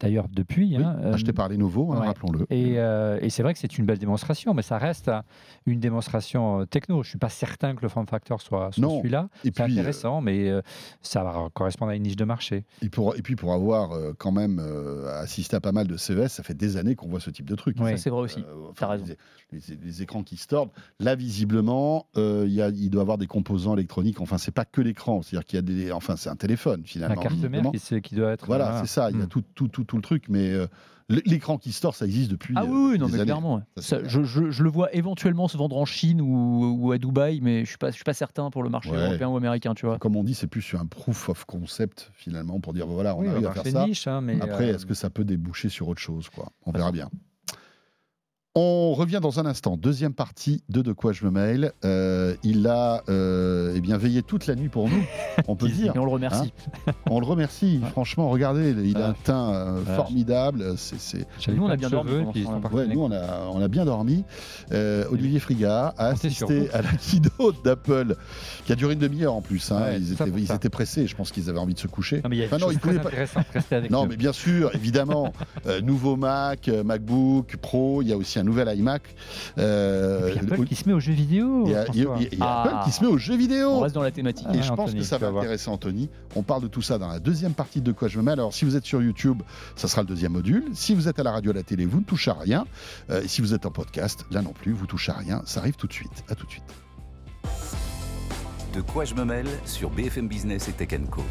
S4: d'ailleurs depuis.
S2: Oui,
S4: hein. Euh,
S2: acheté par Lenovo, hein,
S4: ouais.
S2: rappelons-le.
S4: et, euh, et c'est vrai que c'est une belle démonstration, mais ça reste euh, une démonstration euh, techno. Je ne suis pas certain que le form factor soit, soit
S2: Non.
S4: celui-là.
S2: Et
S4: C'est
S2: puis, euh,
S4: intéressant, mais euh, ça va correspondre à une niche de marché.
S2: Et, pour, et puis pour avoir euh, quand même euh, assisté à pas mal de CES, ça fait des années qu'on voit ce type de truc.
S4: Ouais.
S3: Ça c'est vrai aussi.
S2: Euh,
S3: t'as raison.
S2: Les, les- les écrans qui se tordent. Là, visiblement, euh, il y a- il doit y avoir des composants électroniques. Enfin, c'est pas que l'écran. C'est-à-dire qu'il y a des. Enfin, c'est un téléphone
S4: La
S2: finalement.
S4: carte mère
S2: visiblement.
S4: qui, se- qui doit être.
S2: Ah, Voilà, c'est ça. Il y a
S3: Hmm.
S4: Mm.
S2: tout, tout, tout, tout le truc. Mais euh, l- l'écran qui se tord, ça existe depuis.
S3: Ah
S2: euh,
S3: oui, oui,
S2: depuis
S3: non,
S2: des
S3: mais
S2: années.
S3: clairement. ouais.
S2: Ça, c'est
S3: Ça,
S2: clair.
S3: je, je- je le vois éventuellement se vendre en Chine ou, ou à Dubaï, mais je suis pas, je suis pas certain pour le marché
S2: Ouais.
S3: européen ou américain, tu vois.
S2: Comme on dit, c'est plus un proof of concept finalement pour dire voilà, on
S4: Oui,
S3: bah,
S2: arrive
S4: on
S2: à
S4: va
S2: faire
S4: faire
S2: ça.
S4: niche, hein, mais
S2: Après,
S4: euh,
S2: est-ce que ça peut déboucher sur autre chose quoi On verra bien. On revient dans un instant. Deuxième partie de De quoi je me mail. Euh, il a euh, eh bien, veillé toute la nuit pour nous, on peut le dire.
S3: Et on le remercie.
S2: On le remercie. Franchement, regardez, il a un
S4: Ah.
S2: teint euh,
S4: Ah.
S2: formidable. C'est- c'est-
S4: j'avais
S3: nous, on
S4: plein
S3: a
S4: de
S3: bien
S4: cheveux,
S3: dormi
S4: et puis ils
S3: pendant
S4: sont
S3: ce
S4: partis
S2: Ouais, nous, on a, on a bien dormi. Euh, Olivier Friga a
S4: Comptez sur
S2: assisté
S4: vous.
S2: à la keynote d'APple, qui a duré une demi-heure en plus. hein.
S4: Ouais,
S2: ils,
S4: ça
S2: étaient,
S4: pour
S2: ils
S4: ça.
S2: étaient pressés. Je pense qu'ils avaient envie de se coucher.
S4: Non, mais il y a des
S2: Enfin, Ah non,
S4: choses
S2: il pouvait
S4: très
S2: pas-
S4: intéressantes. Restez avec
S2: hein. Non,
S4: nous.
S2: mais bien sûr, évidemment. Euh, nouveau Mac, euh, MacBook Pro, il y a aussi un nouvel iMac. Euh,
S4: Il y a Apple qui se met aux jeux vidéo.
S2: il y a- il y a-
S4: François.
S2: il y a
S3: Ah.
S2: Apple qui se met aux jeux
S3: On
S2: vidéo.
S3: reste dans la thématique.
S4: Ah.
S2: Et je pense
S4: Anthony,
S2: que ça
S4: tu vas
S2: va
S4: voir.
S2: intéresser Anthony. On parle de tout ça dans la deuxième partie de Quoi je me mets. Alors, si vous êtes sur YouTube, ça sera le deuxième module. Si vous êtes à la radio, à la télé, vous ne touchez à rien. Euh, et si vous êtes en podcast, là non plus, vous touchez à rien. Ça arrive tout de suite. À tout de suite.
S1: De quoi je me mêle sur BFM Business et Tech Co.